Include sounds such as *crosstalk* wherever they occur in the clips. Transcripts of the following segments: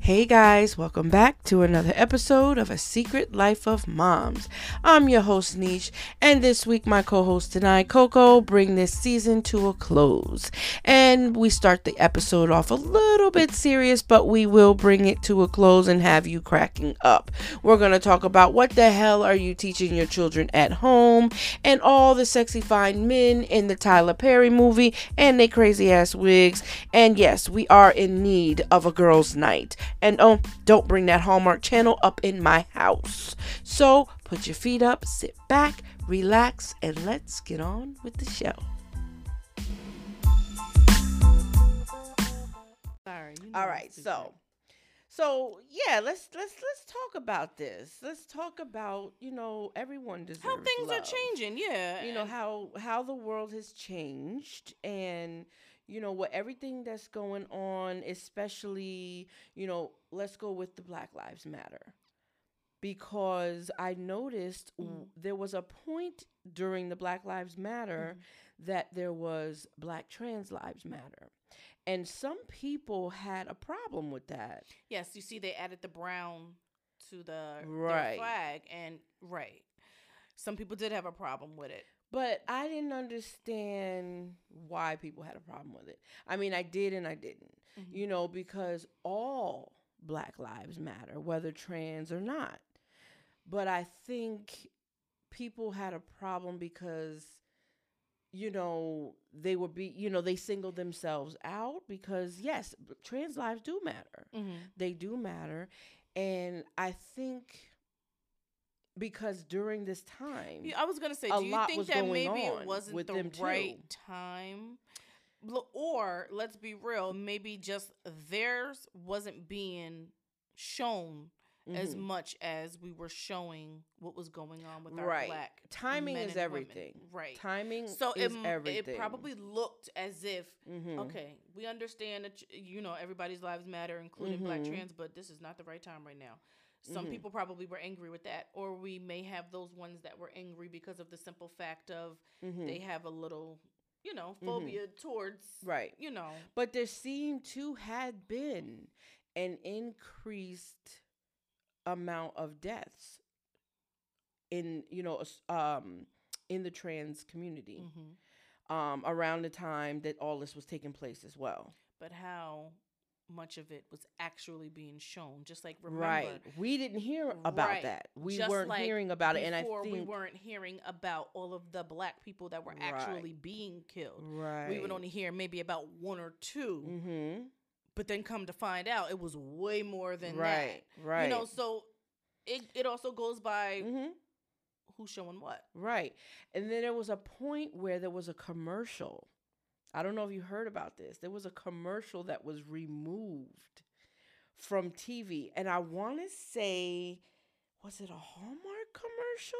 Hey guys, welcome back to another episode of A Secret Life of Moms. I'm your host, Niche, and this week my co host and I, Coco, bring this season to a close. And we start the episode off a little bit serious, but we will bring it to a close and have you cracking up. We're going to talk about what the hell are you teaching your children at home and all the sexy fine men in the Tyler Perry movie and they crazy ass wigs. And yes, we are in need of a girl's night. And oh, don't bring that Hallmark channel up in my house. So put your feet up, sit back, relax, and let's get on with the show. Sorry. you know All what right, to do. so, so yeah, let's let's let's talk about this. Let's talk about you know everyone deserves how things are love. changing, yeah. You know and- how how the world has changed and you know what everything that's going on, especially you know let's go with the Black Lives Matter because I noticed w- Mm. there was a point during the Black Lives Matter Mhm. that there was Black Trans Lives Matter. And some people had a problem with that. yes, you see, they added the brown to the their Right. flag, and right, some people did have a problem with it. But I didn't understand why people had a problem with it. I mean, I did and I didn't, Mhm. you know, because all Black Lives Matter, whether trans or not. But I think people had a problem because, you know, they were be, you know, they singled themselves out because, yes, b- trans lives do matter. Mhm. they do matter and i think because during this time Yeah, I was gonna say, A do you lot think was that going maybe it on wasn't with the them too. right time? L- Or let's be real, maybe just theirs wasn't being shown as mhm, much as we were showing what was going on with our Right. black Timing men is and women. everything. right? timing So it is m- everything it probably looked as if Mhm. okay, we understand that you know everybody's lives matter, including black Mhm. trans, but this is not the right time right now. Some Mhm. people probably were angry with that, or we may have those ones that were angry because of the simple fact of Mhm. they have a little, you know, Mhm. phobia towards, right you know, but there seemed to had been an increased amount of deaths in you know s- um in the trans community mhm. um around the time that all this was taking place as well but how much of it was actually being shown? Just like remember, right we didn't hear about Right. that we Just weren't like hearing about it and i before think we weren't hearing about all of the black people that were Right. actually being killed. Right. We would only hear maybe about one or 2 Mm-hmm. but then come to find out it was way more than right. that. Right. You know, so it it also goes by hmm who's showing what. Right. And then there was a point where there was a commercial. I don't know if you heard about this. There was a commercial that was removed from TV, and I want to say, was it a Hallmark commercial?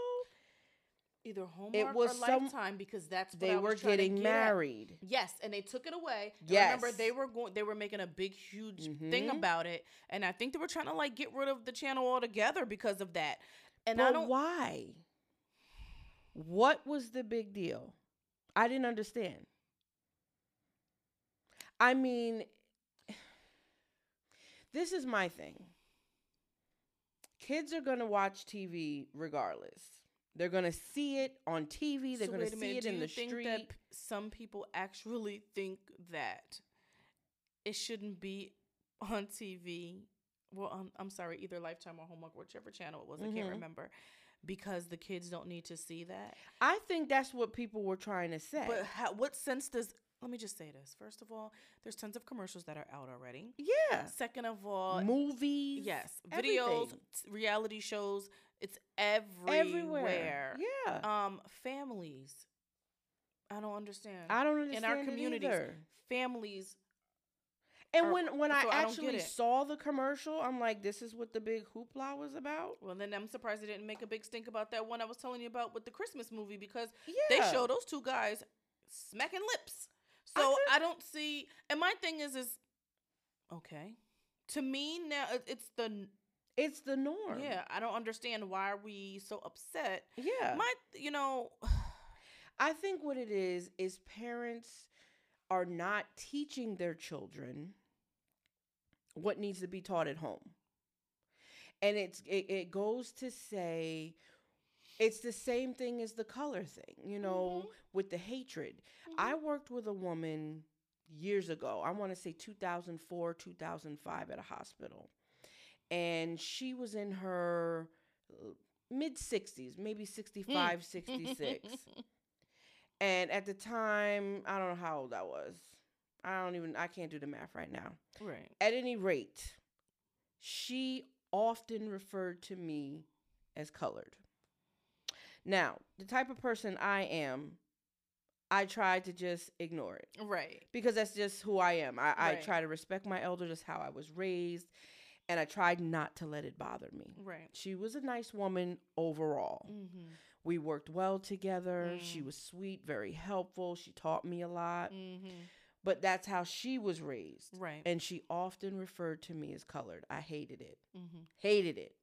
Either Hallmark was or some- Lifetime because that's what I They was were trying to getting get at. married. Yes, and they took it away. And remember Yes. they were going. They were making a big, huge thing Mhm. about it, and I think they were trying to like get rid of the channel altogether because of that. And but I don't. why? What was the big deal? I didn't understand. I mean, *sighs* this is my thing. Kids are going to watch TV regardless. They're going to see it on TV, they're So going wait to a see it do in you the think street. That p- some people actually think that it shouldn't be on TV. Well, um, I'm sorry, either Lifetime or Hallmark, whichever channel it was, I can't Mhm. remember, because the kids don't need to see that. I think that's what people were trying to say. But how, what sense does? Let me just say this. First of all, there's tons of commercials that are out already. yeah. Second of all, Movies. yes, videos, everything. t- reality shows, it's everywhere. Everywhere. Yeah. Um, families. I don't understand. I don't in understand our it communities, either. families. And Or- when when I so I don't get actually it. saw the commercial, I'm like, this is what the big hoopla was about. Well, then I'm surprised they didn't make a big stink about that one I was telling you about with the Christmas movie because Yeah, they show those two guys smacking lips. I So could- I, don't see. And my thing is, is okay. To me now, it- it's the n- it's the norm. yeah. I don't understand why are we so upset. yeah. My, you know, I think what it is is parents are not teaching their children what needs to be taught at home. And it's it, it goes to say it's the same thing as the color thing, you Mm-hmm. know, *laughs* with the hatred. I worked with a woman years ago. I want to say 2004, 2005 at a hospital. And she was in her mid 60s, maybe 65, 66. And at the time, I don't know how old I was. I don't even I can't do the math right now. Mm-hmm. right. At any rate, she often referred to me as colored. Now, the type of person I am, I try to just ignore it Right. because that's just who I am. I, I Right. try to respect my elders, that's how I was raised, and I tried not to let it bother me. Right. She was a nice woman overall. Mm-hmm. We worked well together. She Mm. was sweet, very helpful. She taught me a lot, Mm-hmm. but that's how she was raised. Right. And she often referred to me as colored. I hated it, Mm-hmm. hated it.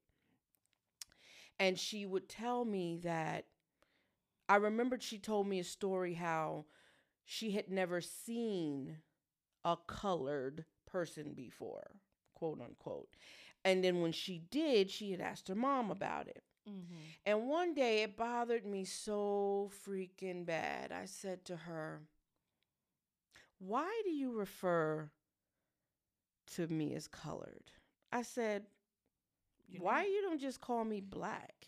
And she would tell me that I remembered she told me a story how she had never seen a colored person before, quote unquote. And then when she did, she had asked her mom about it. Mm-hmm. And one day it bothered me so freaking bad. I said to her, Why do you refer to me as colored? I said, Why you don't just call me black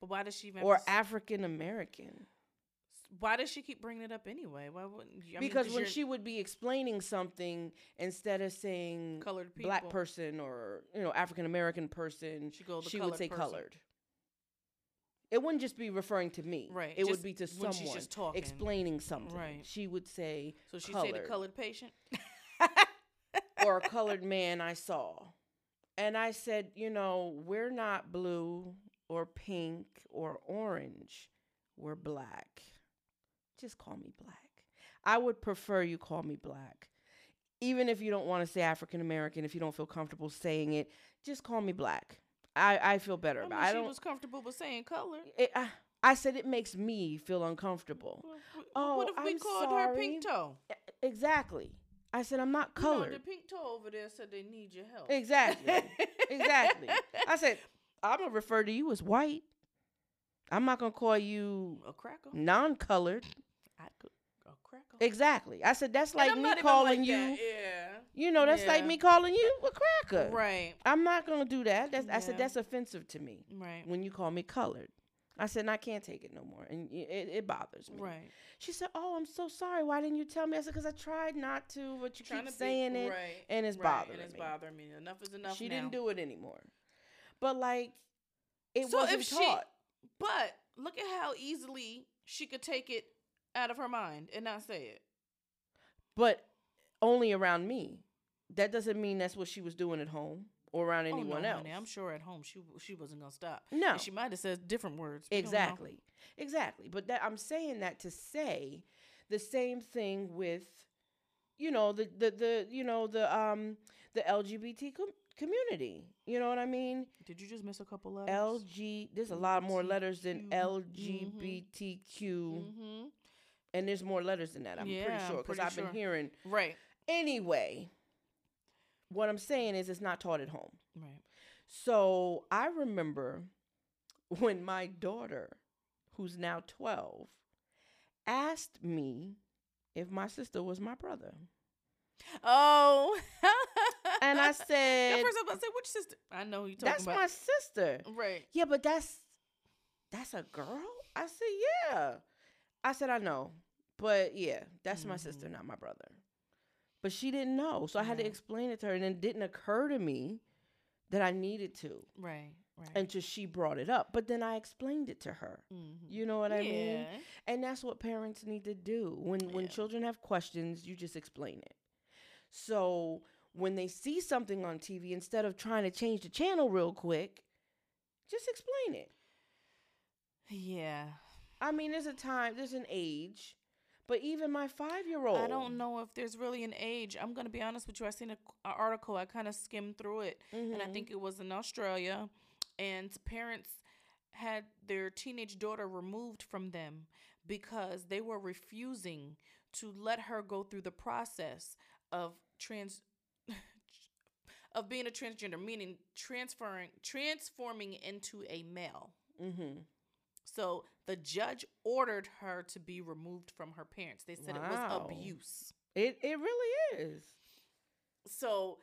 But why does she even? have or to s- African American? why does she keep bringing it up anyway? Why wouldn't? you- I mean, because when you're she would be explaining something, instead of saying colored people, black person or you know African American person, she go the she would say person. colored. It wouldn't just be referring to me. Right, It would just be to when someone she's just talking. explaining something. Right. She would say, So she said colored. the colored patient. or a colored man I saw. And I said, you know, we're not blue or pink or orange. We're black. Just call me black. I would prefer you call me black. Even if you don't want to say African American, if you don't feel comfortable saying it, just call me black. I, I feel better I, mean, about I she don't was comfortable with saying color. it, I, I said it makes me feel uncomfortable. Well, w- Oh, what if we I'm called her Pink Toe? E- Exactly. I said I'm not You know, colored. the Pink Toe over there said they need your help. Exactly. *laughs* exactly. I said I'm gonna refer to you as white. I'm not gonna call you a cracker. Mm. non-colored. I could a cracker. Exactly. I said that's And like I'm me not even calling like you. that, You know, that's like Yeah. me calling you a cracker. Yeah. Right. I'm not gonna do that. That's, I Yeah. said that's offensive to me Right. when you call me colored. I said and I can't take it no more, and y- it, it bothers me. Right. She said, "Oh, I'm so sorry. Why didn't you tell me?" I said, "Cause I tried not to, but you keep saying it, right, and it's right, bothering and it's me." bothering me. Enough is enough. she now. didn't do it anymore. But like, it So wasn't if she- taught. But look at how easily she could take it out of her mind and not say it. but only around me. That doesn't mean that's what she was doing at home or around Oh, no, anyone else. honey, I'm sure at home she she wasn't gonna stop. No. and she might have said different words. We don't know. Exactly. Exactly. But that I'm saying that to say the same thing with you know the the, the you know the um the LGBT com- community. You know what I mean? Did you just miss a couple letters? LG there's a lot more letters than LGBTQ. LGBTQ Mm-hmm. and there's more letters than that. I'm pretty Yeah, I'm sure cuz pretty I've sure. been hearing Right. anyway. What I'm saying is it's not taught at home. Right. So I remember when my daughter, who's now 12, asked me if my sister was my brother. Oh. *laughs* And *laughs* I At said, first I was about to say, which sister? I know who you talking That's my about. sister. right. Yeah, but that's that's a girl? I said, Yeah. I said, I know. But yeah, that's my Mhm. sister, not my brother. But she didn't know. So I had to Yeah. explain it to her. And it didn't occur to me that I needed to Right. Right. until she brought it up. But then I explained it to her. mm-hmm. You know what I mean? Yeah. And that's what parents need to do. When when Yeah. children have questions, you just explain it. So when they see something on TV, instead of trying to change the channel real quick, just explain it. Yeah. I mean, there's a time, there's an age, but even my five year old. I don't know if there's really an age. I'm gonna be honest with you. I seen a, a article. I kind of skimmed through it, and I Mm-hmm. think it was in Australia, and parents had their teenage daughter removed from them because they were refusing to let her go through the process of trans *laughs* of being a transgender, meaning transferring transforming into a male. Mm-hmm. So the judge ordered her to be removed from her parents. They said Wow. it was abuse. It it really is. So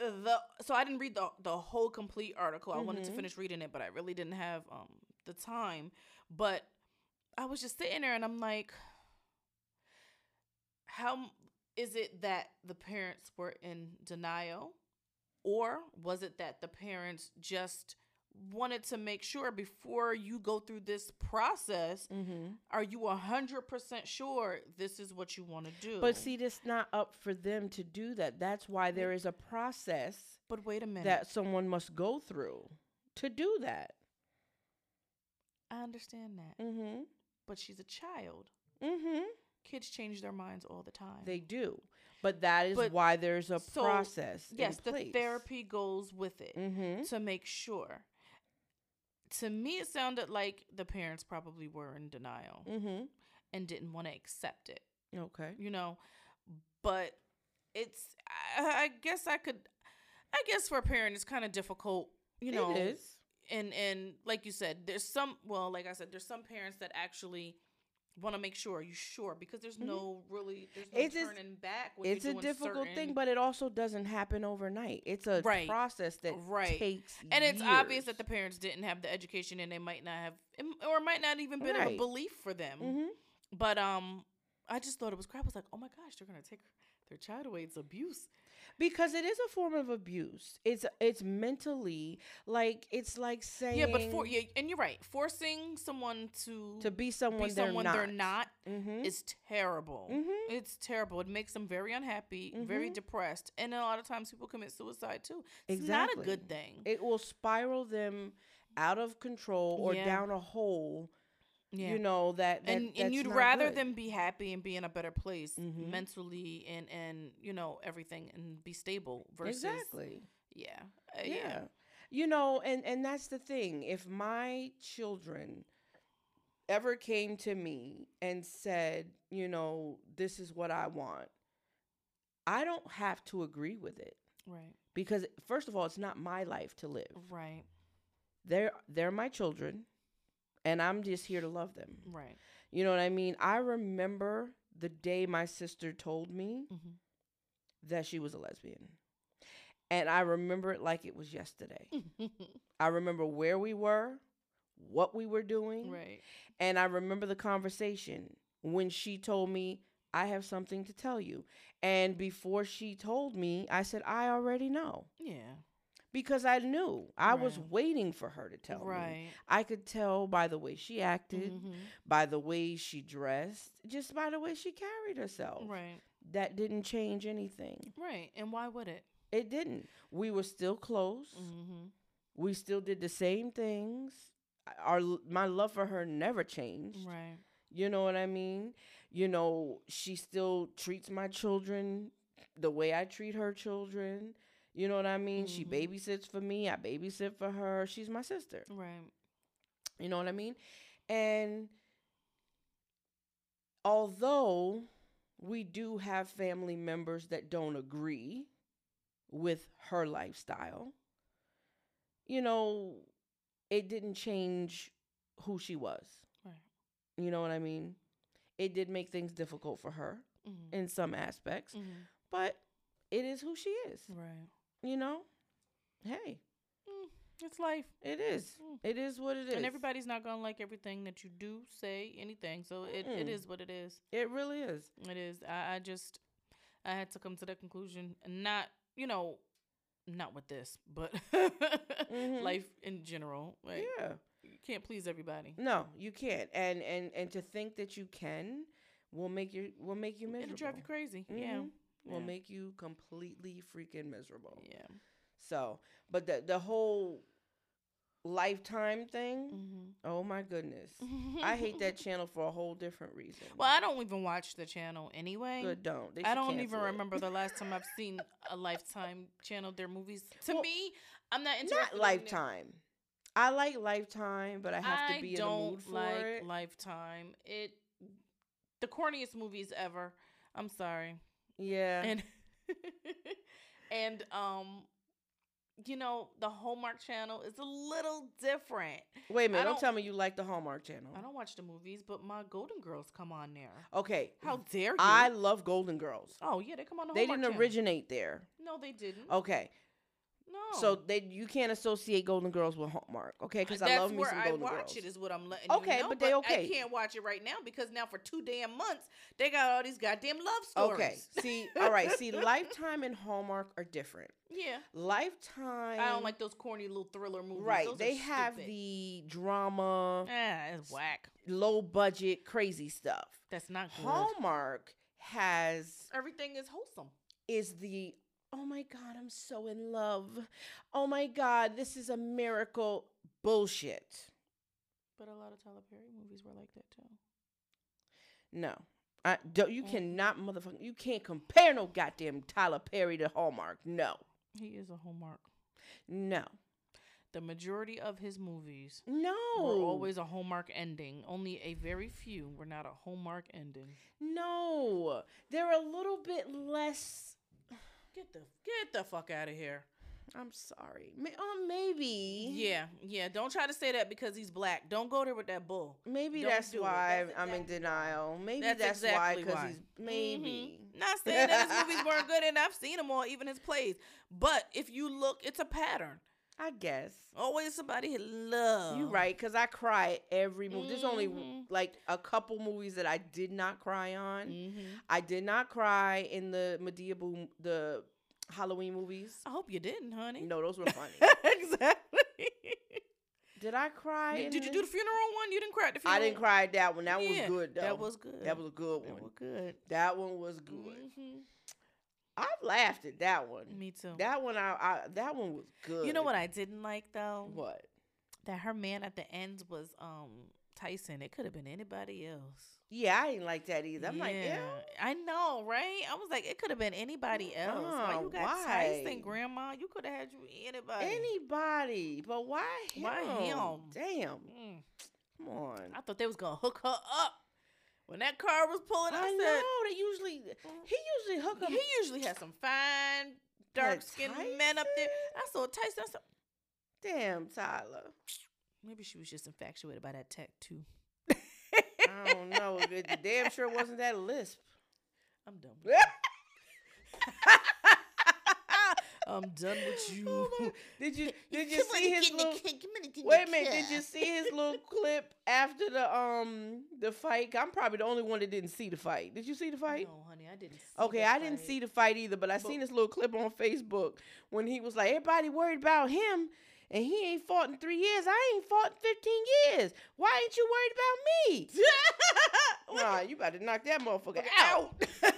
uh, the so I didn't read the the whole complete article. I wanted to Mhm. finish reading it, but I really didn't have um the time. But I was just sitting there and I'm like how m- is it that the parents were in denial or was it that the parents just wanted to make sure before you go through this process Mm-hmm. are you 100% sure this is what you want to do But see, it's not up for them to do that. That's why there is a process but wait a minute that someone must go through to do that. I understand that. Mm-hmm. But she's a child. Mm-hmm. Kids change their minds all the time. They do, but that is But- why there's a so, process. yes, in the place. therapy goes with it Mm-hmm. to make sure. To me, it sounded like the parents probably were in denial Mm-hmm. and didn't want to accept it, Okay. you know. But it's, I, I guess I could, I guess for a parent, it's kind of difficult, you know. it is. and and like you said there's some well like i said there's some parents that actually want to make sure you sure because there's no really there's no Mm-hmm. It's just- turning back when It's you're a doing difficult thing, certain- but it also doesn't happen overnight. It's a Right. process that Right. takes and it's years. obvious that the parents didn't have the education and they might not have or it might not even been a Right. belief for them Mhm. but um i just thought it was crap I was like oh my gosh they're gonna take their child away it's abuse because it is a form of abuse. It's it's mentally like it's like saying yeah but for yeah and you're right forcing someone to to be someone, be someone they're not. they're not Mm-hmm. It's terrible. Mhm. It's terrible. It makes them very unhappy, very Mhm. depressed, and a lot of times people commit suicide too. It's not Exactly. a good thing. It will spiral them out of control or Yeah. down a hole. yeah. You know that, that and that's and you'd not rather good. them be happy and be in a better place Mhm. mentally and and you know everything and be stable versus exactly. yeah uh, yeah. You know, and and that's the thing. If my children ever came to me and said, you know, this is what I want, I don't have to agree with it right because first of all, it's not my life to live. right They're they're my children and I'm just here to love them. right You know what I mean? I remember the day my sister told me mm-hmm. *laughs* that she was a lesbian. And I remember it like it was yesterday. I remember where we were, what we were doing, right and I remember the conversation when she told me, I have something to tell you. And before she told me, I said, I already know yeah because I knew I was Right. waiting for her to tell me. right I could tell by the way she acted, Mhm. by the way she dressed, just by the way she carried herself. right That didn't change anything. right and why would it It didn't. We were still close. mm-hmm. We still did the same things. Our my love for her never changed. right You know what I mean? You know, she still treats my children the way I treat her children. You know what I mean? She Mhm. babysits for me, I babysit for her. She's my sister. right You know what I mean? And although we do have family members that don't agree with her lifestyle, you know, it didn't change who she was. Right. You know what I mean? It did make things difficult for her mm-hmm. in some aspects, Mm-hmm. but it is who she is. right You know? Hey, it's life it is. Mm. It is what it is. And everybody's not gonna like everything that you do, say, anything. So it, it Mm-mm. is what it is. it really is. It is. I, I just I had to come to that conclusion. Not you know, not with this, but *laughs* Mhm. life in general. Like Yeah. you can't please everybody. No, you can't. And and and to think that you can will make you will make you miserable. It'll drive you crazy. Yeah. Mhm. Will yeah. make you completely freaking miserable. yeah. So, but the the whole lifetime thing. Mm-hmm. Oh my goodness, I hate that channel for a whole different reason. *laughs* well, I don't even watch the channel anyway. Good don't. They I should don't even cancel it. remember the last time I've seen a Lifetime channel their movies. To Well, me, I'm not interested. Not in it. lifetime. I like lifetime, but I have to be in the mood for like it. Lifetime. It the corniest movies ever. I'm sorry. yeah. And *laughs* and um, you know, the Hallmark Channel is a little different. Wait a minute. I Don't, don't- tell me you like the Hallmark Channel. I don't watch the movies, but my Golden Girls come on there. Okay. How dare you? Mm. I love Golden Girls. oh yeah, they come on the They Hallmark didn't Channel. originate there. No, they didn't. Okay. no. So they you can't associate Golden Girls with Hallmark. Okay, because I That's love me where some I Golden watch Girls. it is what I'm letting Okay, you know. but they okay. I can't watch it right now because now for two damn months they got all these goddamn love stories. okay. See, all right. *laughs* See, Lifetime and Hallmark are different. Yeah. Lifetime. I don't like those corny little thriller movies. Right. Those are They have stupid. the drama, Ah, it's whack. low budget, crazy stuff. That's not good. Hallmark has Everything is wholesome. is the oh my god, I'm so in love. Oh my god, this is a miracle bullshit. But a lot of Tyler Perry movies were like that too. No. I don't you Mm. cannot motherfucking you can't compare no goddamn Tyler Perry to Hallmark. No. He is a hallmark. No. The majority of his movies No. were always a hallmark ending. Only a very few were not a hallmark ending. No. They're a little bit less Get the get the fuck out of here. I'm sorry. May, oh, maybe. Yeah, yeah. Don't try to say that because he's black. Don't go there with that bull. Maybe Don't that's do it. why That's I'm in exactly denial. Maybe that's, That's exactly why why. because he's maybe. Mhm. Not saying that his movies weren't good, and I've seen them all, even his plays. But if you look, it's a pattern. I guess Always somebody had love. you right because I cry every movie. There's only Mhm. like a couple movies that I did not cry on. hmm I did not cry in the Medea Boom the Halloween movies. I hope you didn't, Oh, honey. No, those were funny. *laughs* exactly. did I cry? in Did, did you do the funeral one? You didn't cry at the funeral. I didn't cry at that one. That Yeah, was good though. That was good. that was a good That one. was good. That one was good. Mhm. I laughed at that one. Me too. That one I, I that one was good. you know what I didn't like though? What? That her man at the end was um Tyson. It could have been anybody else. Yeah, I didn't like that either. I'm like, Yeah, ew. I know, right? I was like, it could have been anybody else. why Uh-uh, you got why? Tyson, Grandma? You could have had you anybody. Anybody, but why him? Why him? Damn, Mm. come on. I thought they was gonna hook her up when that car was pulling. I, I said know they usually he usually hook up. he usually has some fine dark skinned men up there. Tyson? I saw Tyson. I said, Damn, Tyler. Maybe she was just infatuated by that tattoo. I don't know. It damn sure wasn't that *laughs* lisp. I'm done. *laughs* With I'm done with *laughs* you. Oh my- did you did you Come on, see get his in the little? ca- come on, get in the Wait a minute. Did car. you see his little clip after the um the fight? I'm probably the only one that didn't see the fight. Did you see the fight? *laughs* No, honey, I didn't. See Okay, that I didn't fight. *laughs* see the fight either, but I But- seen this little clip on Facebook when he was like, "Everybody worried about him, and he ain't fought in three years. I ain't fought in fifteen years. Why ain't you worried *laughs* about me?" nah, you about to knock that motherfucker out. uh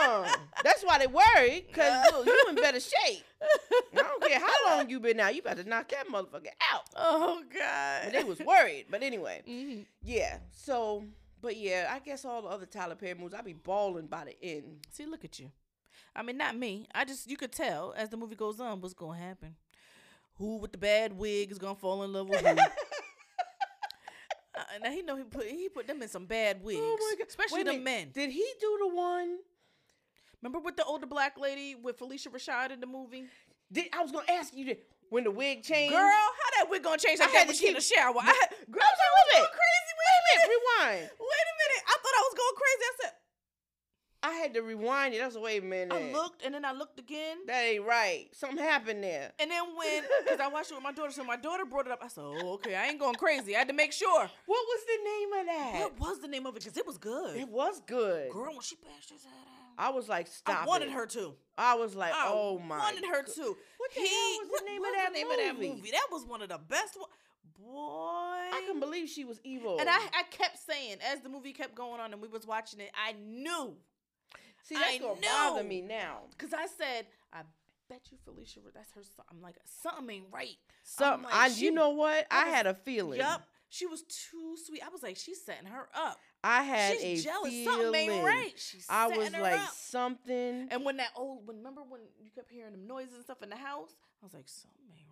uh That's why they worried, cause look, you in better shape. I don't care *laughs* how long you been out, you about to knock that motherfucker out. *laughs* Oh And God. they was *laughs* worried, but anyway, Mhm. yeah. So, but yeah, I guess all the other Tyler Perry moves, I be balling by the end. See, look at you. I mean, not me. I just you could tell as the movie goes on what's gonna happen. Who with the bad wig is gonna fall in love with who? *laughs* uh, now he know he put he put them in some bad wigs, Oh Oh Wait especially a the minute. men. Did he do the one? Remember with the older black lady with Felicia Rashad in the movie? Did I was gonna ask you that when the wig changed? Girl, *laughs* how that wig gonna change like I had that when to she in the shower? I had, girl, I was I was like, wait a going minute. crazy. Wait Wait, a a minute. minute, rewind. Wait a minute. I thought I was going crazy. I said I had to rewind it. I was like, wait a minute. I looked and then I looked again. That ain't right. Something happened there. And then when, because I watched it with my daughter, so my daughter brought it up. I said, "Oh, okay, I ain't going crazy. I had to make sure." What was the name of that? What was the name of it? Because it was good. It was good. Girl, when she passed his head out, I was like, stop. I wanted it. her to. I was like, I oh my. wanted her go- to. What the hell was the name of that movie? That was one of the best one. Boy, I couldn't believe she was evil. and I, I kept saying as the movie kept going on and we was watching it, I knew see that's I gonna bother know. me now. because I said, "I bet you Felicia, that's her son." I'm like, something ain't right. Something. like, I, she- you know what? I, I was- had a feeling. Yup, she was too sweet. I was like, she's setting her up. I had She's a jealous. feeling. Something ain't right. She's I setting was her like up. something. and when that old, when remember when you kept hearing them noises and stuff in the house, I was like, something ain't right.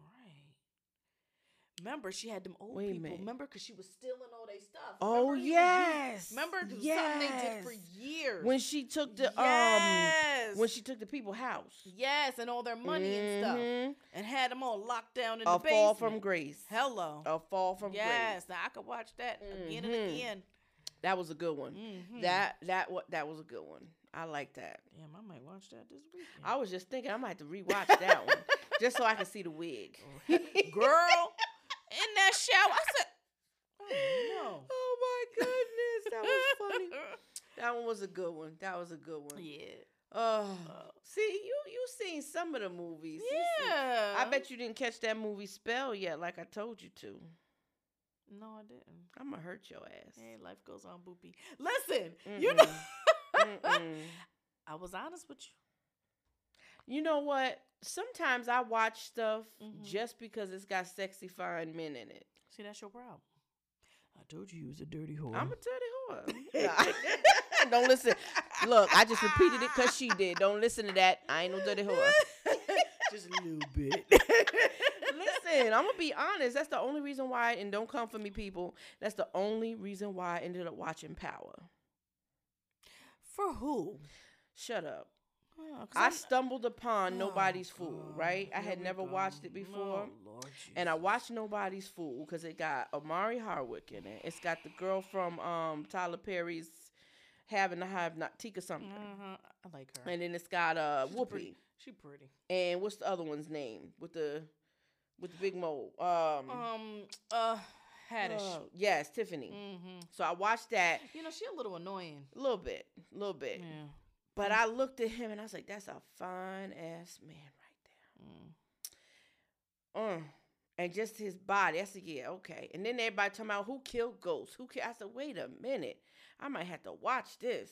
Remember, she had them old Wait a people. minute. Remember, because she was stealing all their stuff. Oh Remember, you- you- yes. Remember, 'Cause something they did for Yes. years. when she took the yes. um when she took the people house yes, and all their money and stuff, Mhm. and had them all locked down in A the basement. fall from grace. Hello. A fall from grace. yes, now I could watch that again and Mhm. again. That was a good one. Mhm. That that what that was a good one. I like that. Damn, I might watch that this weekend. I was just thinking I might have to rewatch that one just so I can see the wig. girl in that shower. I said, *laughs* "Oh Oh my goodness, *laughs* no, that was funny. That one was a good one. That was a good one. Yeah, Oh, Oh. see you you seen some of the movies. You seen- yeah. I bet you didn't catch that movie Spell yet, like I told you to. you. No, I didn't. I'm gonna hurt your ass. Hey, life goes on, boopy. Listen, you know, *laughs* Mm-mm. Mm-mm. I was honest with you. You know what? Sometimes I watch stuff Mhm. just because it's got sexy fine men in it. See, that's your problem. I told you you was a dirty whore. I'm a dirty whore. *laughs* Nah. Don't listen. *laughs* Look, I just repeated it because she did. Don't listen to that. I ain't no dirty whore. *laughs* just a little bit. *laughs* Listen, I'm gonna be honest. That's the only reason why, and don't come for me, people. That's the only reason why I ended up watching Power. For who? Shut up. Oh, 'cause I I'm- stumbled upon Oh, Nobody's Fool, God. right? I Here had we never go. watched it before. Oh, Lord And I Jesus. watched Nobody's Fool because it got Amari Harwick in it. It's got the girl from um, Tyler Perry's Having to Have Not Tika something. Uh-huh. I like her. And then it's got uh, She's a Whoopi. pretty- She pretty. And what's the other one's name with the with the big mole? Um, Um. Uh. Haddish. oh, yes, Tiffany. hmm So I watched that You know, she a little annoying. a little bit, a little bit. Yeah. But I looked at him and I was like, "That's a fine ass man right Mm. there." Mm. And just his body. I said, "Yeah, okay." And then everybody talking about who killed ghosts. Who killed? I said, "Wait a minute, I might have to watch this."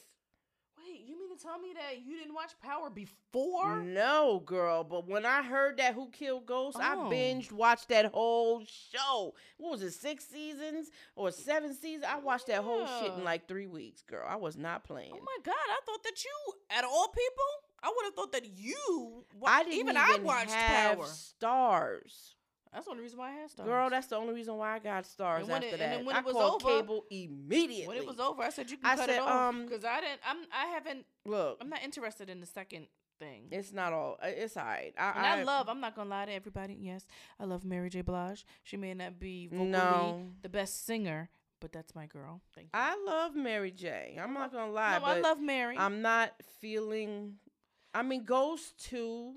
Wait, you mean to tell me that you didn't watch Power before? No, girl. But when I heard that who killed ghosts, I Oh. binged watched that whole show. What was it? Six seasons or seven seasons? I watched that whole shit in Yeah. like three weeks, girl. I was not playing. Oh my God! I thought that you, out of all people, I would have thought that you. Wa- I didn't even, I watched have Power. stars. That's one reason why I had stars. Girl, that's the only reason why I got stars And when after it- and that. then when I it was called over- cable immediately. when it was over, I said you can I cut said, it off um, because I didn't. I'm. I haven't. Look, I'm not interested in the second thing. it's not all. uh, It's all right. I, And I, love, I'm not gonna lie to everybody. Yes, I love Mary J. Blige. She may not be vocally No. the best singer, but that's my girl. Thank you. I love Mary J. I'm not gonna lie, no, I but love Mary. I'm, I'm not feeling. I mean, Ghost Two.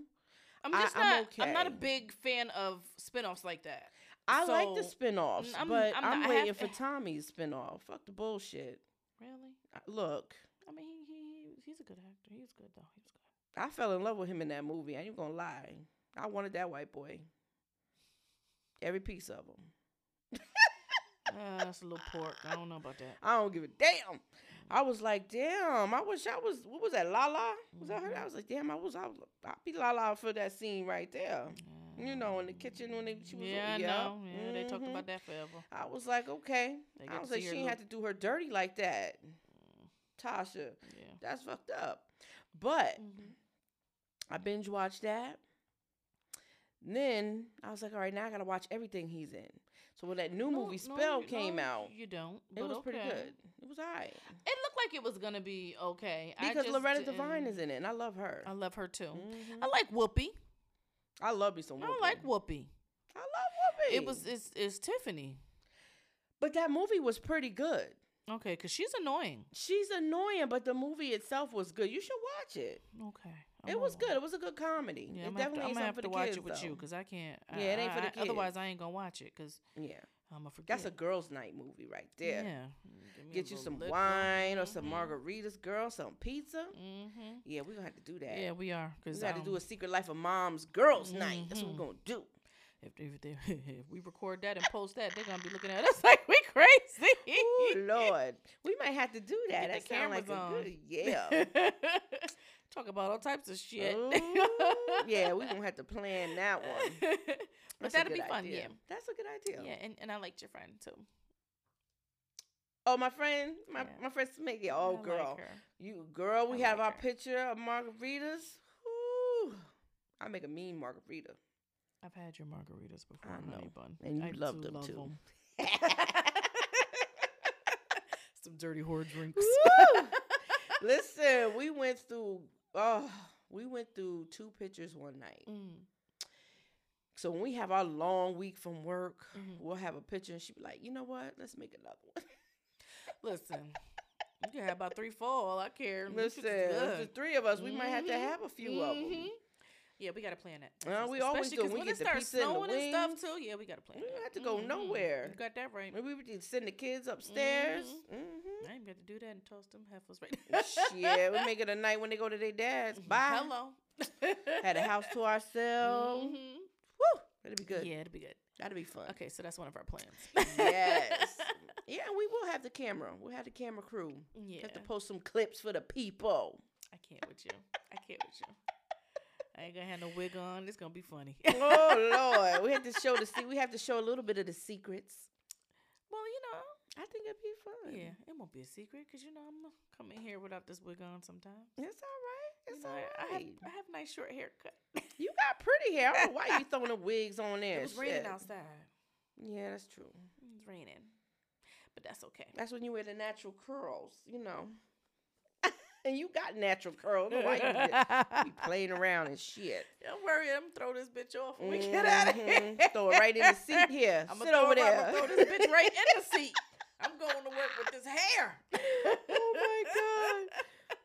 I- just I'm not. I'm, not a okay. big fan of spin-offs like that. I like the So, spinoffs, I'm- but I'm, I'm not- I have waiting to- for *laughs* Tommy's spinoff. Fuck the bullshit. Really? I- Look, I mean, he, he he- he's a good actor. He's good though. He's good. I fell in love with him in that movie. I ain't gonna lie. I wanted that white boy. Every piece of him. Uh, that's a little pork. I don't know about that. I don't give a damn. I was like, damn, I wish I was. What was that, La La? Was that her? I Mhm. was like, damn, I was. I was I'd be La La for that scene right there. You know, in the kitchen when they, she was. yeah, I yeah. know. Yeah, they talked Mhm. about that forever. I was like, okay. They I get was to like, see she her ain't had to do her dirty like that, Tasha. Yeah. That's fucked up. But Mhm. I binge watched that. Then I was like, all right, now I gotta watch everything he's in. So when that new Mm-hmm. No, movie no, Spell you- came no, out, You don't. it but was pretty okay. good. It was alright It looked like it was gonna be okay. I because just Loretta Devine didn't- is in it, and I love her. I love her too. Mhm. I like Whoopi. I love me some. I Whoopi. like Whoopi. I love Whoopi. It was it's, it's Tiffany. but that movie was pretty good. Okay, because she's annoying. She's annoying, but the movie itself was good. You should watch it. Okay. it I'ma- was good. It was a good comedy. Yeah, it I'm gonna have to, definitely I'm ain't something gonna have for to the watch kids, it with you though. because I can't. I- Yeah, it ain't I- for the I- Otherwise, I ain't gonna watch it because Yeah, I'm gonna forget. that's a girls' night movie right there. Yeah. Give me a Get you little some liquor. wine or some Mhm. margaritas, girl, some pizza. Mhm. Yeah, we're gonna have to do that. Yeah, we are. we Cause got to um, do a secret life of mom's girls' night. That's what Mhm. we're gonna do. If, they- if, they, *laughs* if we record that and post that, they're gonna be looking at us *laughs* like we crazy. Ooh, Lord, we might have to do that. Get That the sounds like cameras a on. good yeah. *laughs* Talk about all types of shit. Ooh, yeah, we're gonna have to plan *laughs* that one. but That's a that'll be good fun, idea. That's a good yeah. idea. Yeah, and, and I liked your friend too. Oh, my friend, my, Yeah. my friend Smith. Yeah, oh I like girl, her. you girl, we I have like our her. picture of margaritas. Ooh, I make a mean margarita. I've had your margaritas before. I I know know. you bun. And you I love do them, too. *laughs* *laughs* 'em. Some dirty whore drinks. Woo! yeah, we went through. Oh, we went through two pictures one night. *laughs* Mm. So when we have our long week from work, Mhm. we'll have a picture, and she be like, "You know what? Let's make another one." Listen, you can have about three, four. All I care. *laughs* This Listen, shit's it's the good. three of us. We might have to Mhm. have a few of them. Mhm. Yeah, we gotta plan it. Uh, we always do. because We when get it the starts pizza and the snowing and stuff wings. too. Yeah, we gotta plan. We don't it. Mm-hmm. have to go nowhere. You got that right. Maybe we need to send the kids upstairs. I ain't got to do that and toss them heifers right. Mhm. yeah, *laughs* we make it a night when they go to their dad's. Bye. Hello. Had a house to ourselves. Mhm. Woo! That'd be good. Yeah, it'll be good. That'd be fun. Okay, so that's one of our plans. Yes. yeah, we will have the camera. We'll have the camera crew. *laughs* yeah. Have to post some clips for the people. I can't with you. I can't with you. I ain't gonna have no wig on. It's gonna be *laughs* funny. Oh Lord, we have to show the se- we have to show a little bit of the secrets. Well, you I think it'd be fun. know, yeah, it won't be a secret because you know I'm gonna come in here without this wig on sometimes. it's all right. You It's know, all I- right. I have, I have nice short haircut. it you got pretty hair. I don't know why *laughs* you throwing the wigs on there. was raining Shit. outside. Yeah, that's true. It was raining, but that's *laughs* okay. That's when you wear the natural curls, you *laughs* know. and you got natural curls. Why you *laughs* just *laughs* be playing around and shit? Don't worry, I'm throw this bitch off when we get out of here. Mhm. Throw it right in the *laughs* seat *laughs* here. I'm Sit over there. I'm gonna throw this bitch right in the seat. I'm going to work with this hair. *laughs*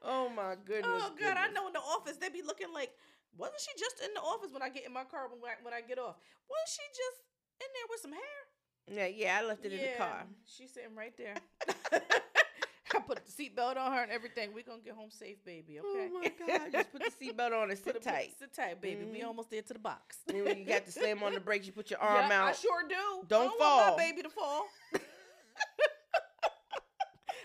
Oh, my *laughs* oh my goodness. Oh God, I goodness. know in the office they be looking like, wasn't she just in the office when I get in my car when I, when I get off? Wasn't she just in there with some hair? Yeah, yeah, I left it in the car. She's sitting right *laughs* there. *laughs* I put the seatbelt on her and everything. We're gonna get home safe, baby. Okay. Oh my *laughs* god! Just put the seatbelt on and Put sit a- tight. Sit tight, baby. We Mhm. almost there to the box. And *laughs* when you got to slam on the brakes, you put your arm *laughs* Yeah, I out. sure do. I Don't don't want fall. my baby to *laughs* fall. *laughs*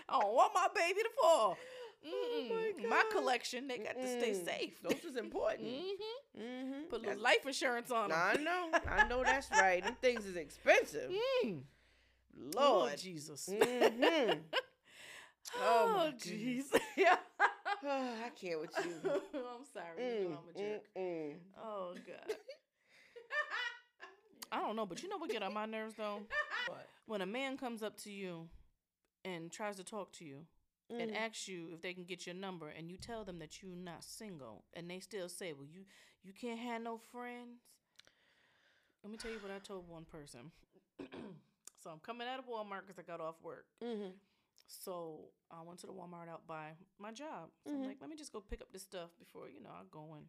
I don't want my baby to fall. Oh, Mm-mm. my my, God. collection, they got to stay Mm-mm. safe. Those *laughs* is important. hmm Mm-hmm. Put a little life insurance on them. I know. I know that's right. Them things is expensive. Mm. Oh, Lord. Jesus. *laughs* Mm-hmm. *sighs* Oh, my Oh, jeez. goodness. *laughs* Yeah. I can't with *laughs* I'm you. sorry. You Mm, know I'm mm, a jerk. *laughs* mm. Oh, God. I don't know, but you know what get on my nerves, though? When a man comes up to you and tries to talk to you, and Mm. asks you if they can get your number and you tell them that you're not single and they still say well you you can't have no friends let me tell you what i told one person *clears throat* so i'm coming out of walmart because i got off work Mhm. so i went to the walmart out by my job so Mhm. i'm like let me just go pick up this stuff before you know i go in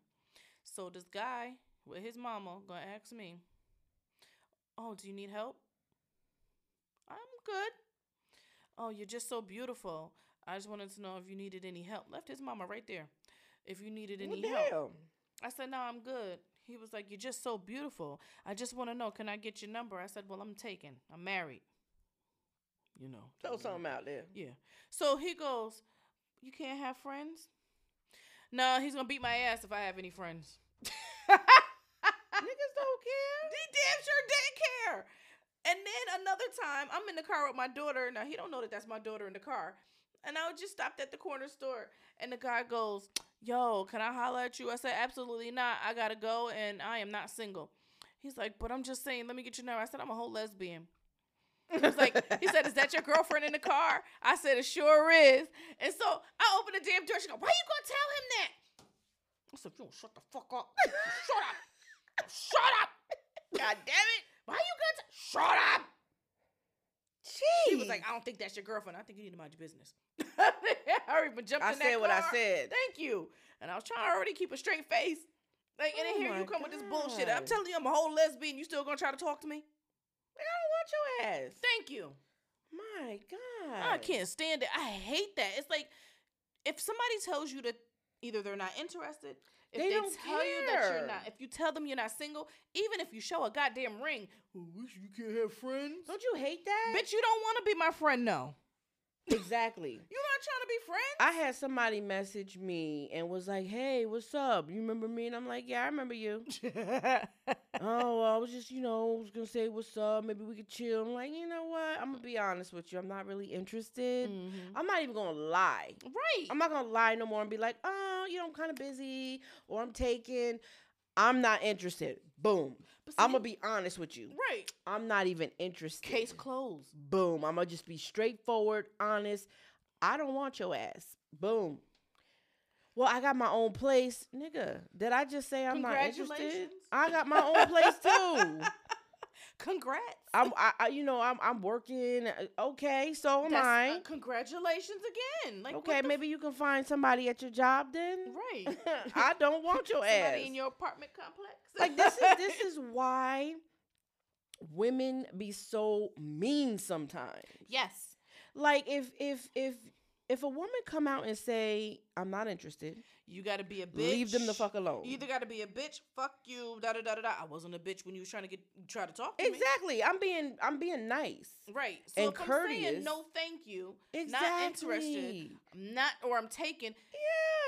so this guy with his mama gonna ask me oh do you need help i'm good oh you're just so beautiful I just wanted to know if you needed any help. Left his mama right there. If you needed Well, any help. damn. I said, No, I'm good. He was like, You're just so beautiful. I just want to know, can I get your number? I said, Well, I'm taken. I'm married. You know. Throw something out there. Yeah. So he goes, You can't have friends? No, he's going to beat my ass if I have any friends. Niggas don't care. They damn sure didn't care. And then another time, I'm in the car with my daughter. Now he don't know that that's my daughter in the car. And I was just stopped at the corner store, and the guy goes, "Yo, can I holler at you?" I said, "Absolutely not. I gotta go, and I am not single." He's like, "But I'm just saying. Let me get your number." I said, "I'm a whole lesbian." *laughs* He was like, he said, "Is that your girlfriend in the car?" I said, "It sure is." And so I opened the damn door. She go, "Why you gonna tell him that?" I said, "You don't shut the fuck up. You shut up. Shut up." *laughs* God damn it. Why you got to shut up? Jeez. He was like, I don't think that's your girlfriend. I think you need to mind your business. *laughs* I already been jumped I in that said what I car. said. Thank you. And I was trying to already keep a straight face. Like, and Oh then here you my come with this bullshit. I'm God. telling you, I'm a whole lesbian. You still gonna try to talk to me? Like, I don't want your ass. Thank you. My God. I can't stand it. I hate that. It's like if somebody tells you that either they're not interested, if They they, don't tell you that care. you're not, if you tell them you're not single, even if you show a goddamn ring, "Well, wish you can't have friends. Don't you hate that? Bitch, you don't want to be my friend, no. Exactly. You not trying to be friends? I had somebody message me and was like, "Hey, what's up? You remember me?" And I'm like, "Yeah, I remember you." *laughs* oh, well, I was just, you know, was gonna say what's up. Maybe we could chill. I'm like, you know what? I'm gonna be honest with you. I'm not really interested. Mm. I'm not even gonna lie. Right. Mm-hmm. I'm not gonna lie no more and be like, "Oh, you know, I'm kind of busy or I'm taken." I'm not interested. Boom. But see, I'm gonna be honest with you. right. I'm not even interested. Case closed. Boom. I'm gonna just be straightforward, honest. I don't want your ass. Boom. Well, I got my own place, nigga. Did I just say I'm not interested? I got my own place too. *laughs* Congrats. I'm, I, I, you know, I'm, I'm working. Okay, so am That's- I. uh, congratulations again. Like what okay, the maybe you can find somebody at your job then. *laughs* f- right. *laughs* I don't want your ass. Somebody in your apartment complex. like this is *laughs* this is why women be so mean sometimes. yes. Like if if if if a woman come out and say I'm not interested, You gotta be a bitch. leave them the fuck alone. You either gotta be a bitch, fuck you, da da da da da. I wasn't a bitch when you was trying to get try to talk to me. exactly. I'm being I'm being nice. Right. So And if I'm saying courteous. no thank you, Exactly. I'm not or I'm taken,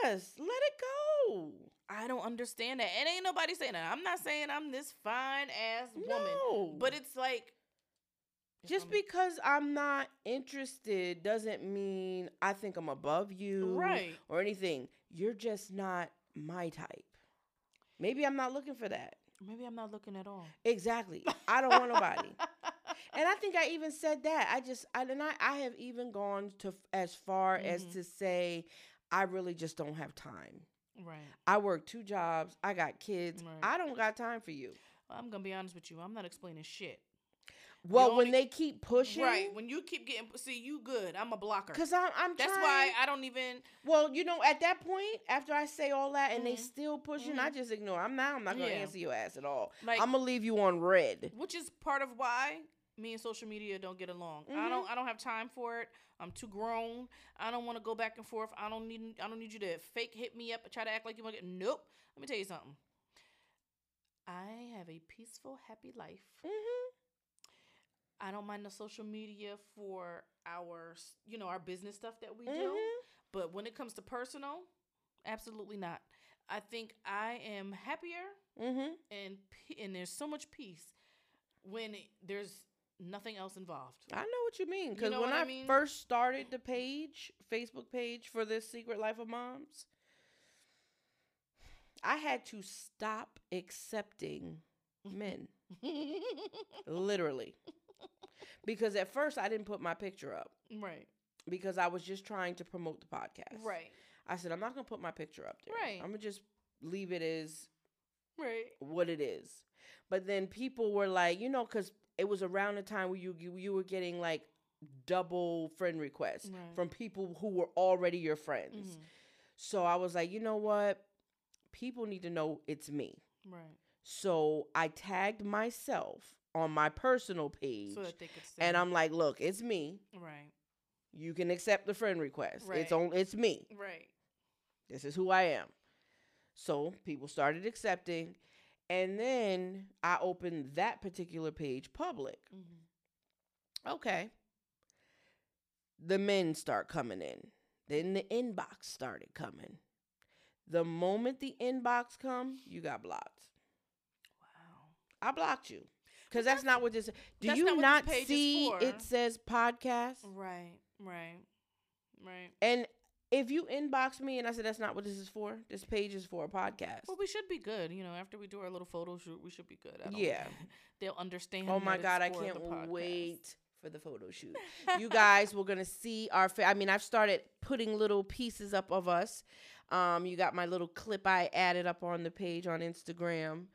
Yes, let it go. I don't understand that. And ain't nobody saying that. I'm not saying I'm this fine ass woman. No. But it's like just be because I'm not interested doesn't mean I think I'm above you Right. or anything. You're just not my type. Maybe I'm not looking for that. Maybe I'm not looking at *laughs* all. Exactly. I don't want nobody. And I think I even said that. I just I and I, I have even gone to f- as far as Mhm. to say I really just don't have time. right. I work two jobs. I got kids. Right. I don't got time for you. I'm gonna be honest with you. I'm not explaining shit. Well, only- when they keep pushing, Right. When you keep getting see, you good. I'm a blocker. Because I'm, I'm That's trying- why I don't even Well, you know, at that point, after I say all that and they Mhm. still pushing, I just ignore. I'm not. I'm not gonna Yeah. answer your ass at all. like I'm gonna leave you on red. which is part of why me and social media don't get along. I Mhm. don't I don't have time for it. I'm too grown. I don't want to go back and forth. I don't need I don't need you to fake hit me up and try to act like you want to get nope. Let me tell you something. I have a peaceful, happy life. Mm-hmm. I don't mind the social media for our, s- you know, our business stuff that we do. Mm-hmm. But when it comes to personal, absolutely not. I think I am happier Mm-hmm. and pe- and there's so much peace when it- there's nothing else involved. *laughs* I know what you mean. You Because know when what I I, mean? first started the page, Facebook page for this Secret Life of Moms, I had to stop accepting *laughs* men, literally, because at first I didn't put my picture up right. because I was just trying to promote the podcast. Right. I said, I'm not gonna put my picture up there. Right. I'm gonna just leave it as Right. what it is. But then people were like, you know, because it was around the time where you you, you were getting like double friend requests Right. from people who were already your friends. Mhm. So I was like, you know what? People need to know it's me. Right. So I tagged myself on my personal page. So that they could see. and I'm like, look, it's me. right. You can accept the friend request. Right. It's on it's me. Right. This is who I am. So people started accepting. And then I opened that particular page public. Mhm. Okay. The men start coming in. Then the inbox started coming. The moment the inbox come, you got blocked. Wow. I blocked you. Because that's, not what this do that's you not not, what this page is see for. it says podcast? Right. Right. Right. And if you inbox me and I said that's not what this is for, this page is for a podcast. Well, we should be good. You know, after we do our little photo shoot, we should be good. I don't- Yeah. They'll understand. Oh my that it's god, I for the can't podcast. *laughs* wait for the photo shoot. You guys, we're gonna see our. Fa- I mean, I've started putting little pieces up of us. Um, you got my little clip I added up on the page on Instagram,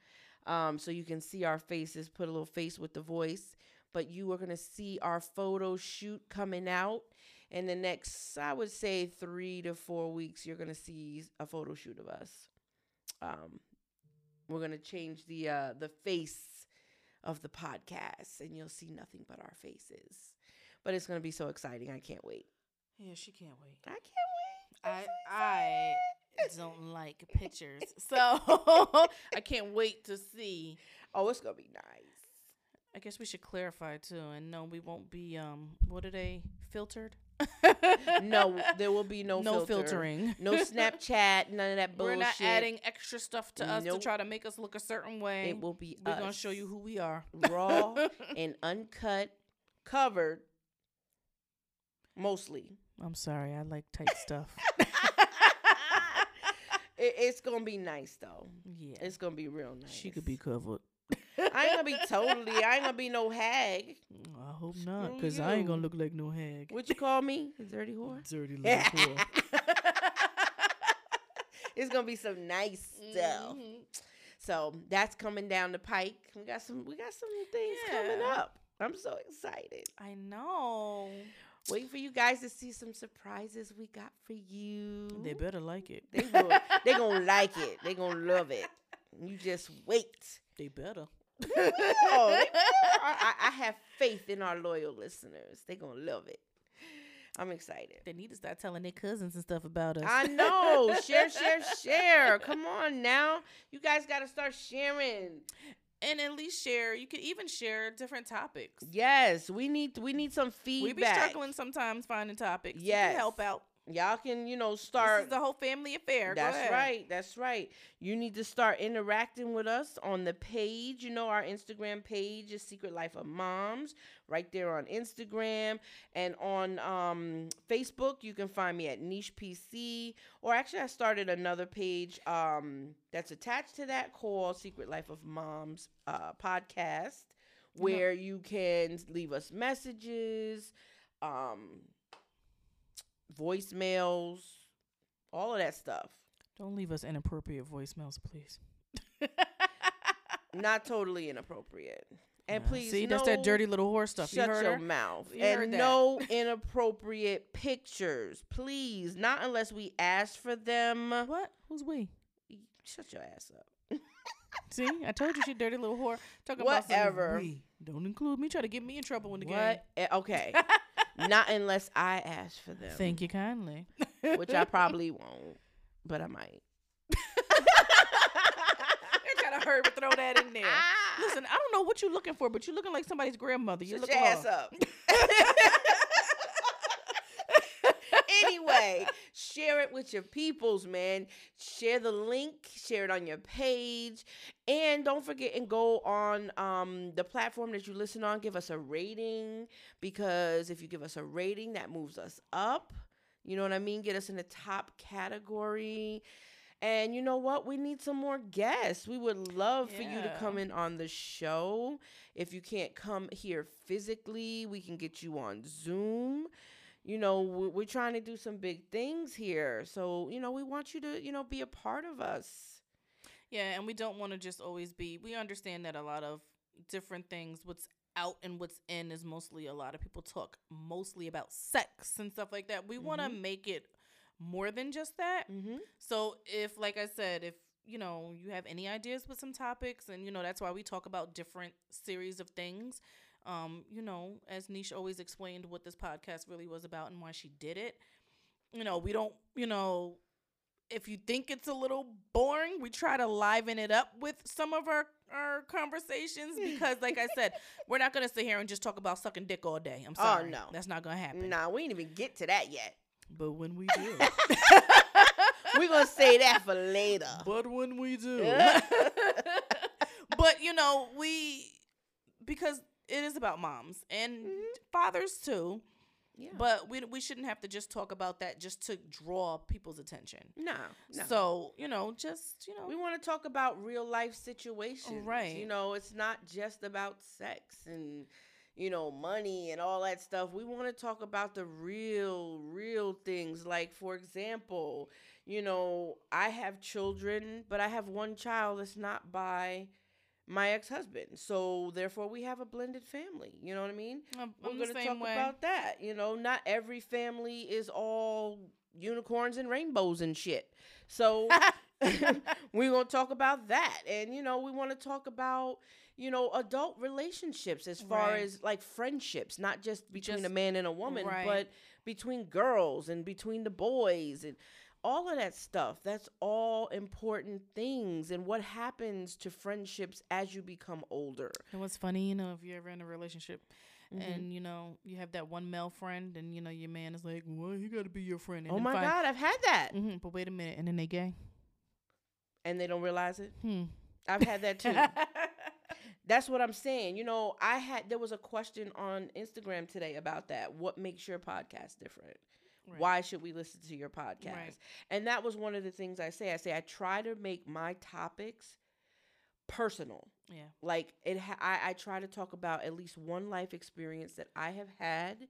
um, so you can see our faces. Put a little face with the voice, but you are gonna see our photo shoot coming out in the next. I would say three to four weeks. You're gonna see a photo shoot of us. Um, we're gonna change the uh, the face of the podcast and you'll see nothing but our faces. But it's going to be so exciting. I can't wait. Yeah, she can't wait. I can't wait. I'm I so I excited. don't like pictures, so *laughs* I can't wait to see. Oh, it's going to be nice. I guess we should clarify too, and no, we won't be. Um, what are they filtered? *laughs* No, there will be no, filter. filtering. No *laughs* Snapchat, none of that We're bullshit. not adding extra stuff to us to Nope. try to make us look a certain way. It will be We're us. gonna show you who we are. raw *laughs* and uncut, covered *laughs* mostly. *laughs* I'm sorry, I like tight *laughs* stuff. It, it's going to be nice though. yeah, It's going to be real nice. she could be covered. I ain't *laughs* going to be totally. I ain't going to be no hag. I hope not, Screw cause I ain't gonna you. look like no hag. *laughs* What you call me? Dirty whore. Dirty little whore. *laughs* it's gonna be some nice stuff. Mhm. So that's coming down the pike. We got some we got some things coming Yeah. up. I'm so excited. I know. Waiting for you guys to see some surprises we got for you. They better like it. They *laughs* gon- they gonna like it. They gonna love it. You just *laughs* wait. They better. Oh, they- I, I have faith in our loyal listeners. They gonna love it. I'm excited. They need to start telling their cousins and stuff about us. *laughs* I know. Share, share, share. Come on now. You guys got to start sharing. *laughs* And at least share. You could even share different topics. Yes, we need we need some We feedback. be struggling sometimes finding topics. You can Yes. help out. Y'all can you know This start. is the whole family affair. Go That's ahead. right. That's right. You need to start interacting with us on the page. You know, our Instagram page is Secret Life of Moms, right there on Instagram. And on um, Facebook, you can find me at Niche PC. Or actually, I started another page um, that's attached to that called Secret Life of Moms uh, podcast, Mm-hmm. where you can leave us messages, um, voicemails, all of that stuff. Don't leave us inappropriate voicemails, please. not totally inappropriate. And Nah. please, see no, that's that dirty little horse stuff. Shut you heard your her? mouth. You and heard that. no inappropriate pictures, please. Not unless we ask for them. What? Who's we? Shut your ass up. See, I told you she dirty little whore. Talking about Whatever. something we. Don't include me. Try to get me in trouble in the What? Eh, *laughs* Okay. not unless I ask for them. game. Thank *laughs* you kindly. Which I probably won't, but I might. They're trying to hurt, but throw that in there. Listen, I don't know what you're looking for, but you're looking like somebody's grandmother. *laughs* You Ah, Shut look your ass hard. *laughs* up. *laughs* anyway, share it with your peoples, man. Share the link, share it on your page, and don't forget and go on um, the platform that you listen on. Give us a rating because if you give us a rating, that moves us up. You know what I mean? Get us in the top category. And you know what? We need some more guests. We would love for you to Yeah. come in on the show. If you can't come here physically, we can get you on Zoom you know we- we're trying to do some big things here so you know we want you to you know be a part of us *laughs* Yeah, and we don't want to just always be. We understand that a lot of different things, what's out and what's in, is mostly a lot of people talk mostly about sex and stuff like that. We want to make it more than just that. mm-hmm. So if like I said, if you know, you have any ideas with some topics and you know that's why we talk about different series of things. Um, you know, as Nisha always explained what this podcast really was about and why she did it. You know, we don't, you know, if you think it's a little boring, we try to liven it up with some of our our conversations *laughs* because like I said, we're not going to sit here and just talk about sucking dick all day. I'm Oh, sorry. no. That's not going to happen. nah we ain't even get to that yet But *laughs* when we do. we're gonna say that for *laughs* later *laughs* but when we do. Mhm. but you know we because it is about moms and Mhm. fathers too yeah but we, we shouldn't have to just talk about that just to draw people's attention nah, nah. so you know just you know we want to talk about real life situations Right. you know it's not just about sex and you know money and all that stuff we want to talk about the real real things like for example you know i have children but i have one child that's not by my ex-husband so therefore we have a blended family you know what i mean I'm, we're I'm the going to same talk way about that you know not every family is all unicorns and rainbows and shit *laughs* so *laughs* we're going to talk about that and you know we want to talk about you know adult relationships as far Right. as like friendships not just between Just- a man and a woman right. but between girls and between the boys and all of that stuff that's all important things and what happens to friendships as you become older and what's funny you know if you're ever in a relationship Mhm. and you know you have that one male friend and you know your man is like well you gotta be your friend and oh then my find- god i've had that Mhm, but wait a minute and then they gay and they don't realize it *laughs* hmm i've had that *laughs* too That's what I'm saying. You know, I had there was a question on Instagram today about that. What makes your podcast different? Right. Why should we listen to your podcast? Right. And that was one of the things I say. I say I try to make my topics personal. yeah Like it ha- I I try to talk about at least one life experience that I have had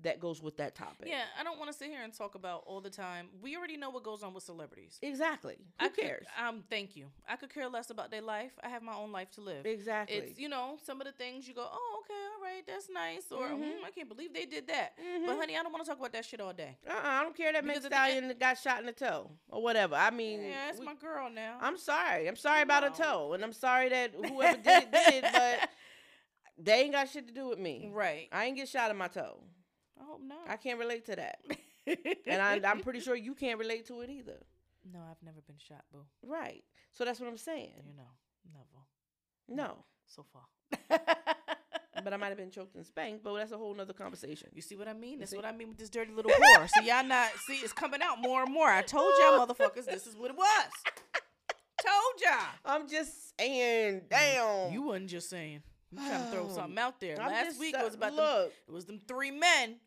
that goes with that topic. Yeah, I don't want to sit here and talk about all the time. We already know what goes on with celebrities. Exactly. Who I could- cares? um, thank you. I could care less about their life. I have my own life to live. exactly. It's you know some of the things you go, oh okay, all right, that's nice, or Mhm. "Mm, I can't believe they did that. Mhm. But honey, I don't want to talk about that shit all day. Uh-uh, I don't care that Meg Because at the end- Stallion got shot in the toe or whatever. I mean, yeah, that's we- my girl now. *laughs* I'm sorry. I'm sorry about a No. toe, and I'm sorry *laughs* that whoever did it did it, but they ain't got shit to do with me. right. I, I ain't get shot in my toe. hope not. I can't relate to that, *laughs* and I, I'm pretty sure you can't relate to it either. no, I've never been shot, boo. Right. So that's what I'm saying. You know, never No, so far. *laughs* but I might have been choked and spanked, but that's a whole nother conversation. You see what I mean? That's see? what I mean with this dirty little whore. so y'all not see it's coming out more and more. I told y'all motherfuckers this is what it was. Told y'all. I'm just saying, damn. You wasn't just saying. I'm trying to throw Oh, something out there. I'm Last just week sa- it was about them, look. it was them three men.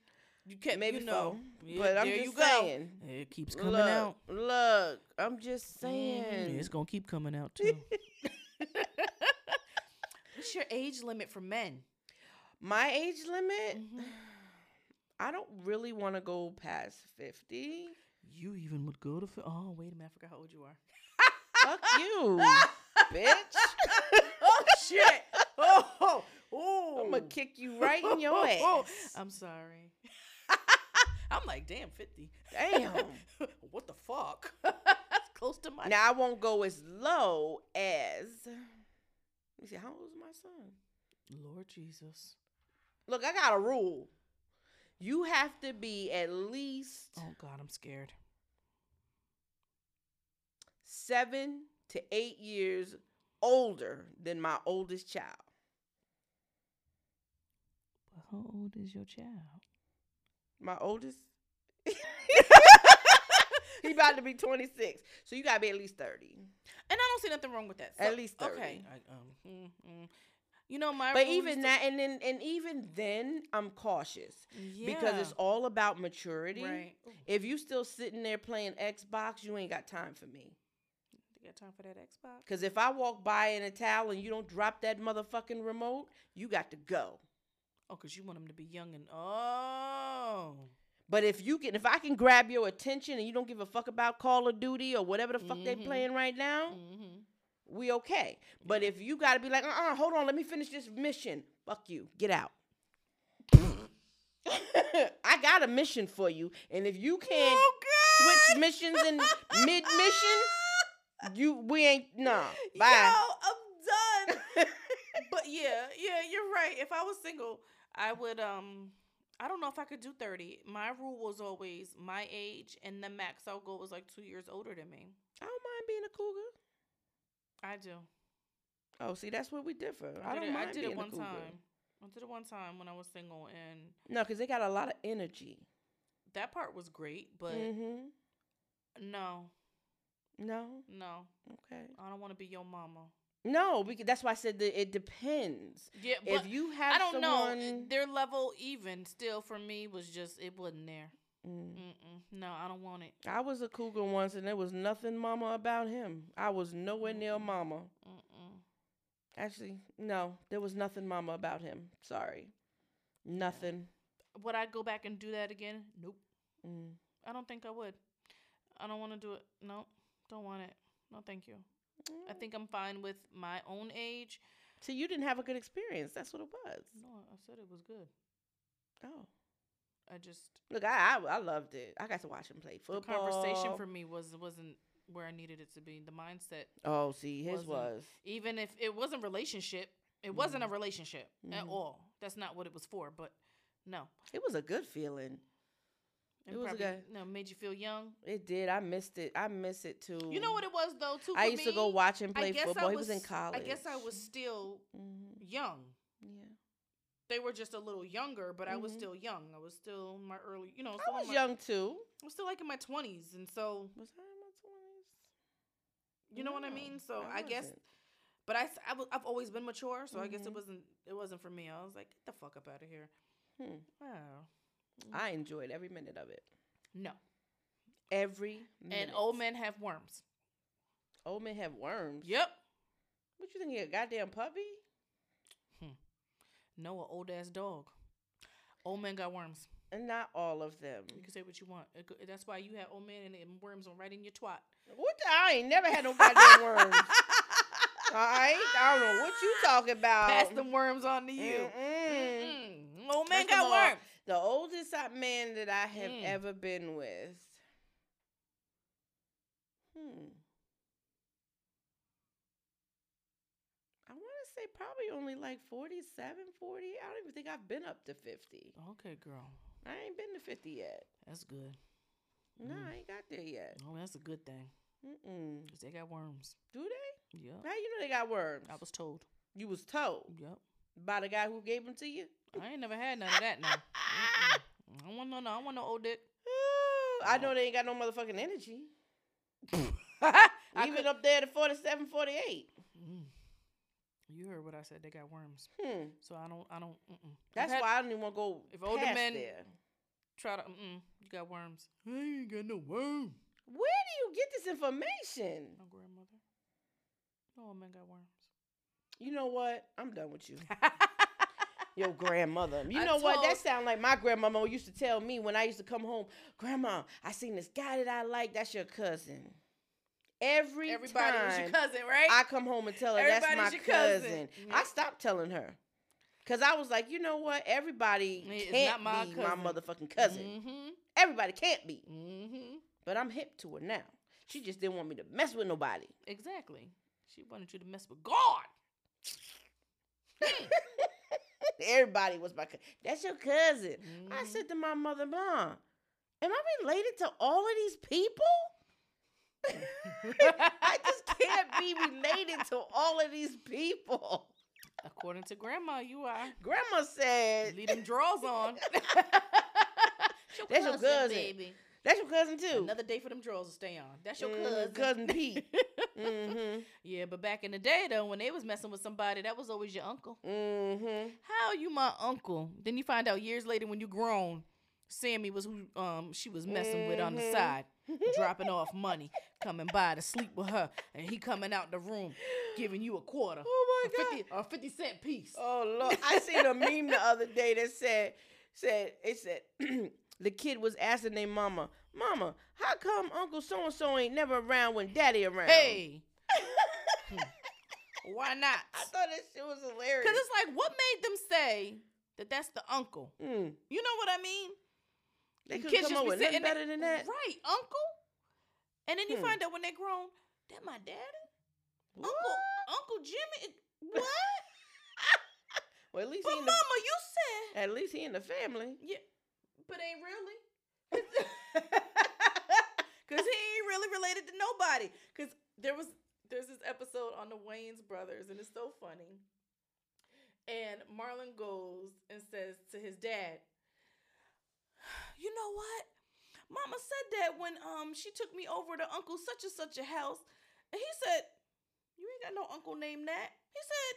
You kept Maybe you know. four, but I'm there just you go. saying. It keeps coming look, out. Look, I'm just Mhm, saying. It's gonna keep coming out *laughs* too. What's your age limit for men? My age limit, Mhm. I don't really want to go past 50. You even would go to fi- oh wait a minute, I forgot how old you are. Fuck you, bitch. oh *laughs* shit. Oh, oh, oh. *laughs* I'm going to kick you right in your ass. I'm sorry. *laughs* I'm like, damn, 50. Damn. *laughs* what the fuck? *laughs* That's close to my. Now, I won't go as low as. Let me see, how old is my son? Lord Jesus. Look, I got a rule. You have to be at least Oh God, I'm scared. seven to eight years older than my oldest child. But how old is your child? My oldest. *laughs* he about to be 26. So you got to be at least 30. And I don't see nothing wrong with that. At least Okay. 30. I, um, mm, mm. You know my. But rule even used that and then and even then I'm cautious to, yeah. because it's all about maturity. right. Ooh, If you still sitting there playing Xbox, you ain't got time for me. you got time for that Xbox? Cuz if I walk by in a towel and you don't drop that motherfucking remote, you got to go. Oh, cause you want them to be young and oh. But if you can if I can grab your attention and you don't give a fuck about Call of Duty or whatever the fuck they Mhm. playing right now, Mm-hmm. we okay. But if you gotta be like, uh uh hold on, let me finish this mission. Fuck you. Get out. *laughs* I got a mission for you. And if you can't Oh God. switch missions in mid mission, you we ain't nah. Bye. Yo, I'm done. but yeah, yeah, you're right. If I was single, I would um I don't know if I could do 30. My rule was always my age and the max I'll go was like 2 years older than me. I don't mind being a cougar. I do. Oh, see, that's where we differ. I, did don't it, mind I did being it a one cougar. time. I did it one time when I was single and No, because they got a lot of energy. that part was great, but Mm-hmm. no. No. No. Okay. I don't want to be your mama. No, because that's why I said that it depends. Yeah, but If you have I don't someone, know. Their level even still for me was just it wasn't there. Mm. Mm-mm. No, I don't want it. I was a cougar once, and there was nothing mama about him. I was nowhere Mm. near mama. Mm-mm. Actually, no, there was nothing mama about him. Sorry, nothing. Would I go back and do that again? Nope. Mm. I don't think I would. I don't want to do it. No, don't want it. No, thank you. I think I'm fine with my own age. So you didn't have a good experience. That's what it was. No, I said it was good. Oh, I just look, I I, I loved it. I got to watch him play the football. conversation for me was wasn't where I needed it to be. The mindset, oh, see, his wasn't- was even if it wasn't relationship, it wasn't Mm-hmm. a relationship at Mhm. all. That's not what it was for. But no, it was a good feeling. It was a good- no made you feel young. It did. I missed it. I miss it too. You know what it was though too. I for used to go me? watch him I play guess I football. he was in was- college. I guess I was still Mhm. young. Yeah, they were just a little younger, but I was Mhm. still young. I was still in my early, you know, still I was in my, young too. I was still like in my twenties, and so Was I in my twenties? you know what I No, mean. So I, guess, wasn't. but I, s- I have always been mature, so I guess Mhm. it wasn't it wasn't for me. I was like, get the fuck up out of here. Hmm. Oh I enjoyed every minute of it. no, Every minute. and old men have worms. old men have worms. Yep. What you think? He a goddamn puppy? No, an old ass dog. Old men got worms. and not all of them. You can say what you want. It go- That's why you had old man and, and worms on right in your twat. *laughs* What? The, I ain't never had no goddamn worms. All right, I don't know what you talking about. Pass them worms on to you. Mm-mm. Mm-mm. Old man First of got all, worms. The oldest I- man that I have Mm. ever been with. Hmm. I want to say probably only like 47, 40. I don't even think I've been up to 50. Okay, girl. I ain't been to 50 yet. That's good. No, Mm. I ain't got there yet. Oh, that's a good thing. Mm-mm. 'cause they got worms. Do they? Yep. How you know they got worms? I was told. you was told Yep. by the guy who gave them to you? I ain't never had none of that now. *laughs* Mm-mm. I don't want no, no. I want no old dick. *laughs* Ooh, I know they ain't got no motherfucking energy. I Even could- up there to 47, 48. Mm. You heard what I said. They got worms. Hmm. So I don't. I don't. Mm-mm. That's I've had- why I don't even want to go If older past men- there. Try to. Mm-mm. You got worms. I ain't got no worm. Where do you get this information? My grandmother. No old man got *laughs* worms. You know what? I'm done with you. Your grandmother. You I know what? That told- sounds like my grandmama used to tell me when I used to come home. Grandma, I seen this guy that I like. That's your cousin. Every Everybody time was your cousin, right? I come home and tell her that's my Everybody's cousin, your cousin." Mhm. I stopped telling her because I was like, you know what? Everybody It's can't not my be cousin. my motherfucking cousin. Mm-hmm. Everybody can't be. Mm-hmm. But I'm hip to her now. She just didn't want me to mess with nobody. Exactly. She wanted you to mess with God. *laughs* Everybody was my cousin. That's your cousin. I Mhm. said to my mother, Mom, am I related to all of these *laughs* people? I just can't be related to all of these people. According to grandma, you are. Grandma said, Leave them drawers *laughs* on. That's your cousin. baby. That's your cousin too. Another day for them drawers to stay on. That's your Mm, cousin. cousin Pete. mm *laughs* yeah, but back in the day though, when they was messing with somebody, that was always your uncle. hmm. Mm *laughs* hmm. How you my uncle? Then you find out years later when you grown, Sammy was who um she was messing with on the Mhm. *laughs* side, dropping off money, coming by to sleep with her, and he coming out the room giving you a quarter. Oh a 50, a 50 cent piece. Oh Lord. I seen *laughs* a meme the other day that said said it said *clears throat* the kid was asking their mama, Mama, how come Uncle So and so ain't never around when daddy around? Hey. Hmm. *laughs* Why not? I thought that shit was hilarious. Because it's like, what made them say that that's the uncle? Mm, You know what I mean? they And could kids come just up be with nothing sitting there- better than that. Right, uncle. And then you Hmm. find out when they grown, that my daddy? What? Uncle Uncle *laughs* Jimmy? What? Well, at least but he in *laughs* mama, the, you said. at least he in the family. Yeah, but ain't really. *laughs* Because he ain't really related to nobody. Because there was there's this episode on the Wayne's brothers, and it's so funny. And Marlon goes and says to his dad, "You know what? Mama said that when um she took me over to Uncle such and such a house, and he said, "You ain't got no uncle named that." He said,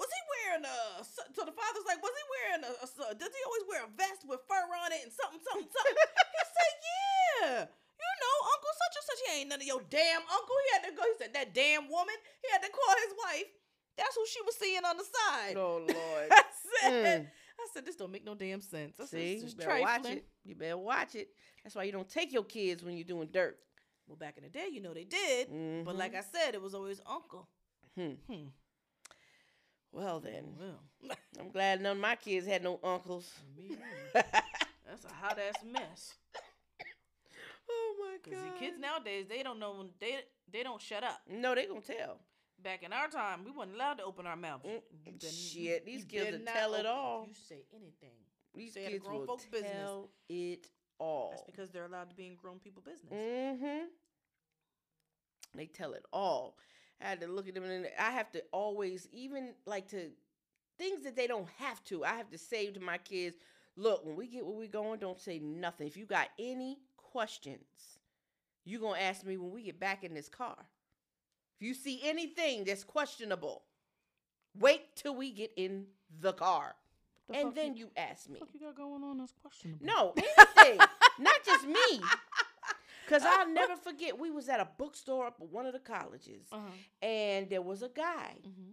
"Was he wearing a?" So so the father's like, "Was he wearing a? a so- does he always wear a vest with fur on it and something, something, *laughs* something?" he said, "Yeah." You know, Uncle such and such, he ain't none of your damn uncle. He had to go. He said that damn woman. He had to call his wife. That's who she was seeing on the side. Oh Lord. *laughs* I said, Mm. I said, this don't make no damn sense. I said, See, this you is better watch trifling." it. You better watch it. That's why you don't take your kids when you're doing dirt. Mm-hmm. Well, back in the day, you know they did, but like I said, it was always uncle. Hmm. Hmm. well then, Well, I'm glad none of my kids had no *laughs* uncles. *laughs* me neither. that's a hot ass mess. oh my Cause the kids nowadays, they don't know when they they don't shut up. No, they gonna tell. Back in our time, we weren't allowed to open our mouths. Mm, You better- shit, these kids better will not tell it open- all. If you say anything, These Stay out of kids grown will folks' business. tell it all. that's because they're allowed to be in grown people business. Mm-hmm. They tell it all. I had to look at them, and I have to always, even like to things that they don't have to. I have to say to my kids, "Look, when we get where we going, don't say nothing. If you got any questions, you gonna ask me when we get back in this car. If you see anything that's questionable, wait till we get in the car, The and fuck then you ask the me." fuck you got going on? That's questionable. No, anything. Not just me. *laughs* Cause I'll never forget we was at a bookstore up at one of the colleges Uh huh. and there was a guy. Mm-hmm.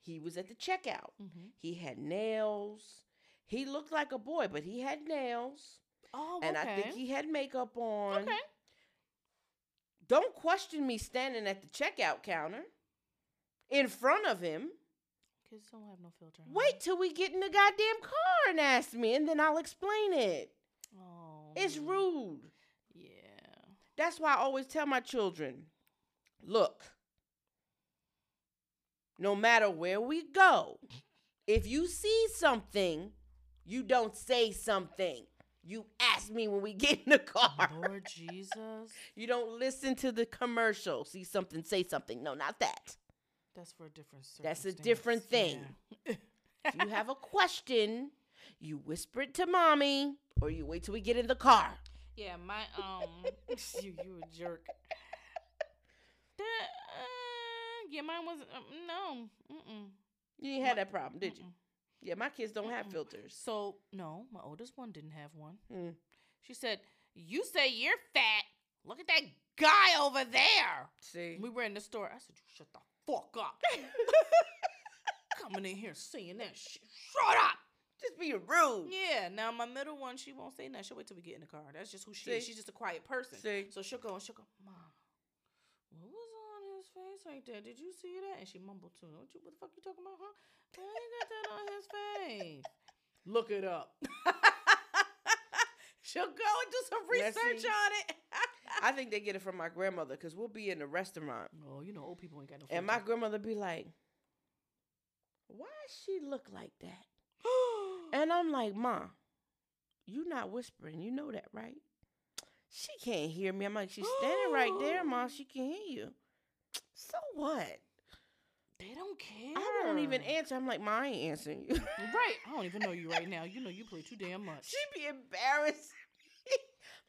He was at the checkout. Mm-hmm. He had nails. He looked like a boy, but he had nails, Oh, and okay. I think he had makeup on. okay. Don't question me standing at the checkout counter in front of him. Kids don't have no filter. honey. Wait till we get in the goddamn car and ask me, and then I'll explain it. Oh. It's rude. Yeah. That's why I always tell my children look, no matter where we go, if you see something, you don't say something. You ask me when we get in the car. *laughs* Lord Jesus. You don't listen to the commercial. See something, say something. No, not that. That's for a different That's a different circumstance. Yeah. If you have a question, you whisper it to mommy or you wait till we get in the car. Yeah, *laughs* my um, you you a jerk. The, uh, yeah, mine wasn't. Um, no, mm-mm, You didn't have that problem, did you? mm-mm. Yeah, my kids don't have filters. So no, my oldest one didn't have one. Mm. She said, "You say you're fat. Look at that guy over there." See? We were in the store. I said, "You shut the fuck *laughs* up." *laughs* Coming in here saying that shit. Shut up. Just being rude. Yeah. Now my middle one, she won't say nothing. She'll wait till we get in the car. That's just who she is. See? She's just a quiet person. See? So she'll go and she'll go, Mom, what was on his face right there? Did you see that? And she mumbled to him, what, you, what the fuck you talking about, huh? I ain't got that on his face. *laughs* Look it up. *laughs* she'll go and do some Yeah, research see? on it. I think they get it from my grandmother because we'll be in the restaurant *laughs* oh, you know, old people ain't got no and my grandmother be like, "Why she look like that?" *gasps* And I'm like, "Ma, you not whispering. You know that, right?" She can't hear me. I'm like, "She's standing right there, *gasps* Ma. She can hear you." So what? they don't care. I won't even answer. I'm like, "Ma, I ain't answering you." *laughs* Right. I don't even know you right now. You know you play too damn much. she be embarrassed.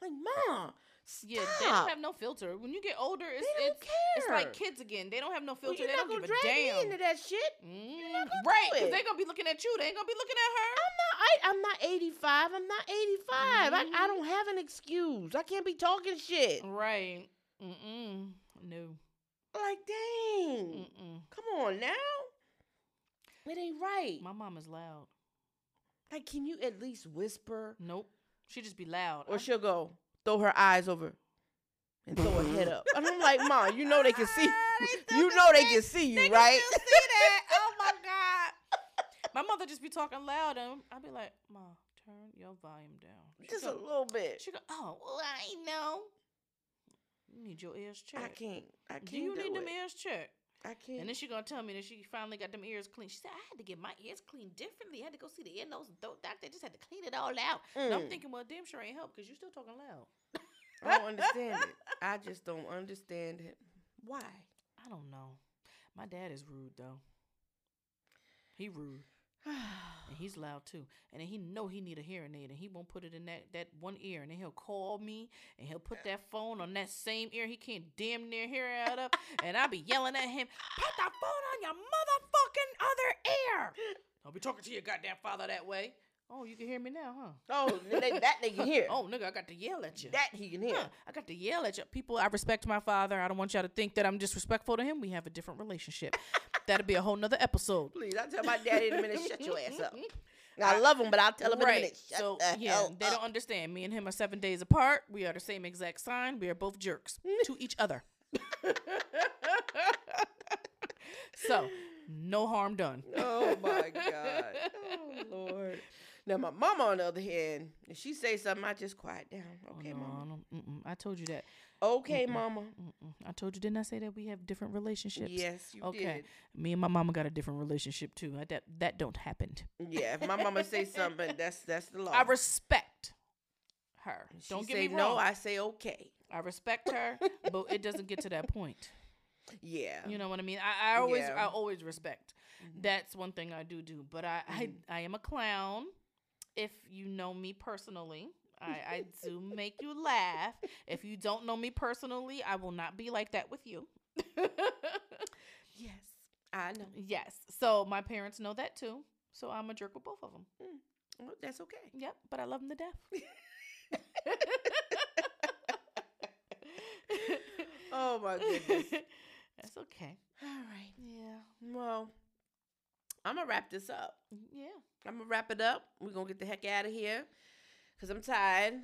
like, "Ma, stop." Yeah, they don't have no filter. When you get older, it's They don't it's, it's like care. kids again. They don't have no Well, filter. you're they not don't gonna give a drag me damn. into that shit. Mm, not gonna right, do because it. they're gonna be looking at you. They ain't gonna be looking at her. I'm not. I, I'm not 85. I'm not 85. I, I Mm-hmm. don't have an excuse. I can't be talking shit. Right. Mm-mm. No. Like, dang. Mm-mm. Come on now. It ain't right. My mom is loud. Like, can you at least whisper? Nope. She just be loud. Or I'm- she'll go throw her eyes over and throw her head up. And I'm like, Mom, you know they can see. *laughs* They You still know they see- can see they you, can right? still see *laughs* that. Oh my god. My mother just be talking loud, and I'd be like, "Ma, turn your volume down." She Just a go, little bit. She go, "Oh, well, I know." You need your ears checked. I can't. I can't Do do, you need them it. ears checked? I can't. And then she gonna tell me that she finally got them ears clean. She said I had to get my ears cleaned differently. I had to go see the ear, nose, and throat doctor. Just had to clean it all out. And I'm Mm. thinking, well, damn sure ain't help because you still talking loud. I *laughs* don't understand it. I just don't understand it. Why? I don't know. My dad is rude though. He rude and he's loud too. And then he know he need a hearing aid and he won't put it in that that one ear. And then he'll call me and he'll put that phone on that same ear. He can't damn near hear it out of. *laughs* And I'll be yelling at him, put the phone on your motherfucking other ear. I'll be talking to your goddamn father that way. Oh, you can hear me now, huh? *sighs* Oh, they, that they can hear. *laughs* Oh, nigga, I got to yell at you. That he can hear. Huh, I got to yell at you. People, I respect my father. I don't want y'all to think that I'm disrespectful to him. We have a different relationship. *laughs* That'll be a whole nother episode. Please, I'll tell my daddy in a minute, shut your ass *laughs* up. I love him, but I'll tell him in a minute, shut so the yeah, hell they up. don't understand. Me and him are seven days apart. We are the same exact sign. We are *laughs* both jerks to each other. *laughs* so no harm done. *laughs* Oh my God. *laughs* Oh Lord. Now my mama on the other hand, if she say something, I just quiet down. Okay, Oh, no, mama. I, don't- mm-mm. I told you that. Okay, mama. Mm-mm. I told you, didn't I say that we have different relationships? Yes, you Okay. Me and my mama got a different relationship too. I, that that don't happen. did. Yeah, if my mama say something, that's that's the law. I respect her. If she Don't get say me wrong. no, I, I say okay. respect her, but it doesn't get to that point. Yeah. You know what I mean? I, I always Yeah. Mm-hmm. I always respect. That's one thing I do do. But I I, I am a clown. If you know me personally. I, I do make you laugh. If you don't know me personally, I will not be like that with you. *laughs* Yes. I know. yes. So my parents know that too. So I'm a jerk with both of them. Well, that's *laughs* okay. Yep, but I love him to *laughs* *laughs* death. Oh my Oh, goodness. That's okay. All right. Yeah. Well, I'm gonna wrap this up. Yeah. I'm gonna wrap it up. We're gonna get the heck out of here because I'm tired.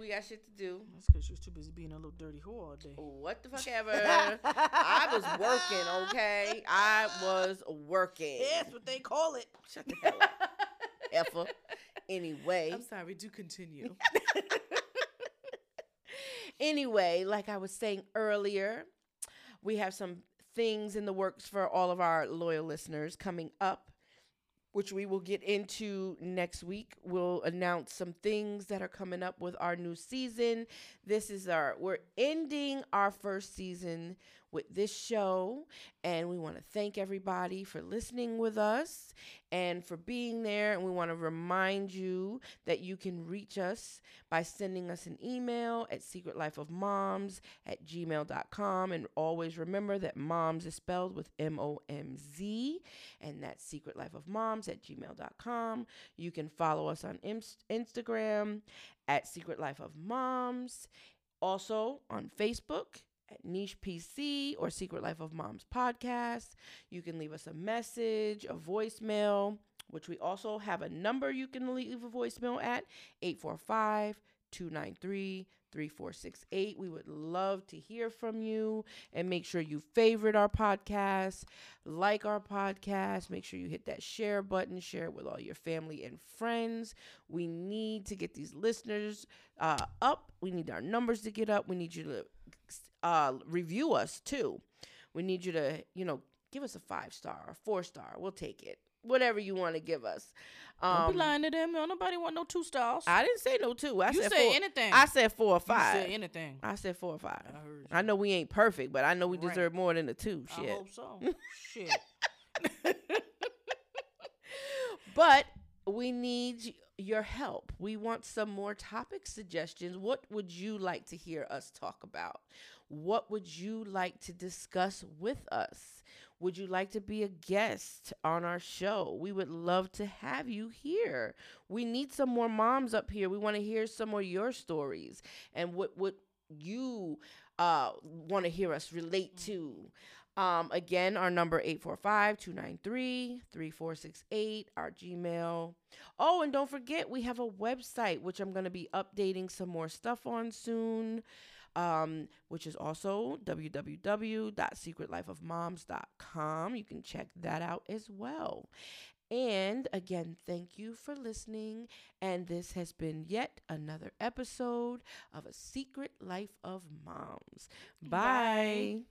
We got shit to do. That's because you're too busy being a little dirty whore all day. What the fuck ever. *laughs* I was working, okay? I was working. Yes, what they call it. Shut the *laughs* hell up, effer. Anyway. I'm sorry, do *laughs* continue. *laughs* anyway, like I was saying earlier, we have some things in the works for all of our loyal listeners coming up, which we will get into next week. We'll announce some things that are coming up with our new season. This is our we're ending our first season with this show and we want to thank everybody for listening with us and for being there and we want to remind you that you can reach us by sending us an email at secretlifeofmoms at gmail.com and always remember that moms is spelled with m-o-m-z and that's secretlifeofmoms at gmail.com you can follow us on Inst- instagram at secret life of moms also on facebook at Niche PC or Secret Life of Moms podcast. You can leave us a message, a voicemail, which we also have a number you can leave a voicemail at 845 293 3468. We would love to hear from you and make sure you favorite our podcast, like our podcast, make sure you hit that share button, share it with all your family and friends. We need to get these listeners uh, up. We need our numbers to get up. We need you to uh, review us too. We need you to, you know, give us a five star or four star. We'll take it. Whatever you want to give us. Don't Um, be lying to them. Don't nobody want no two stars. I didn't say no two. I you said said four. anything. I said four or You five. said anything. I said four or five. I heard I know we ain't perfect, but I know we Right. deserve more than a two. I Shit. hope so. *laughs* Shit. But we need y- your help. We want some more topic suggestions. What would you like to hear us talk about? What would you like to discuss with us? Would you like to be a guest on our show? We would love to have you here. We need some more moms up here. We want to hear some more your stories and what what you uh, want to hear us relate to. Um, again, our number 845-293-3468, our Gmail. Oh, and don't forget, we have a website, which I'm going to be updating some more stuff on soon, um, which is also www.secretlifeofmoms.com. You can check that out as well. And again, thank you for listening. And this has been yet another episode of A Secret Life of Moms. Bye. Bye.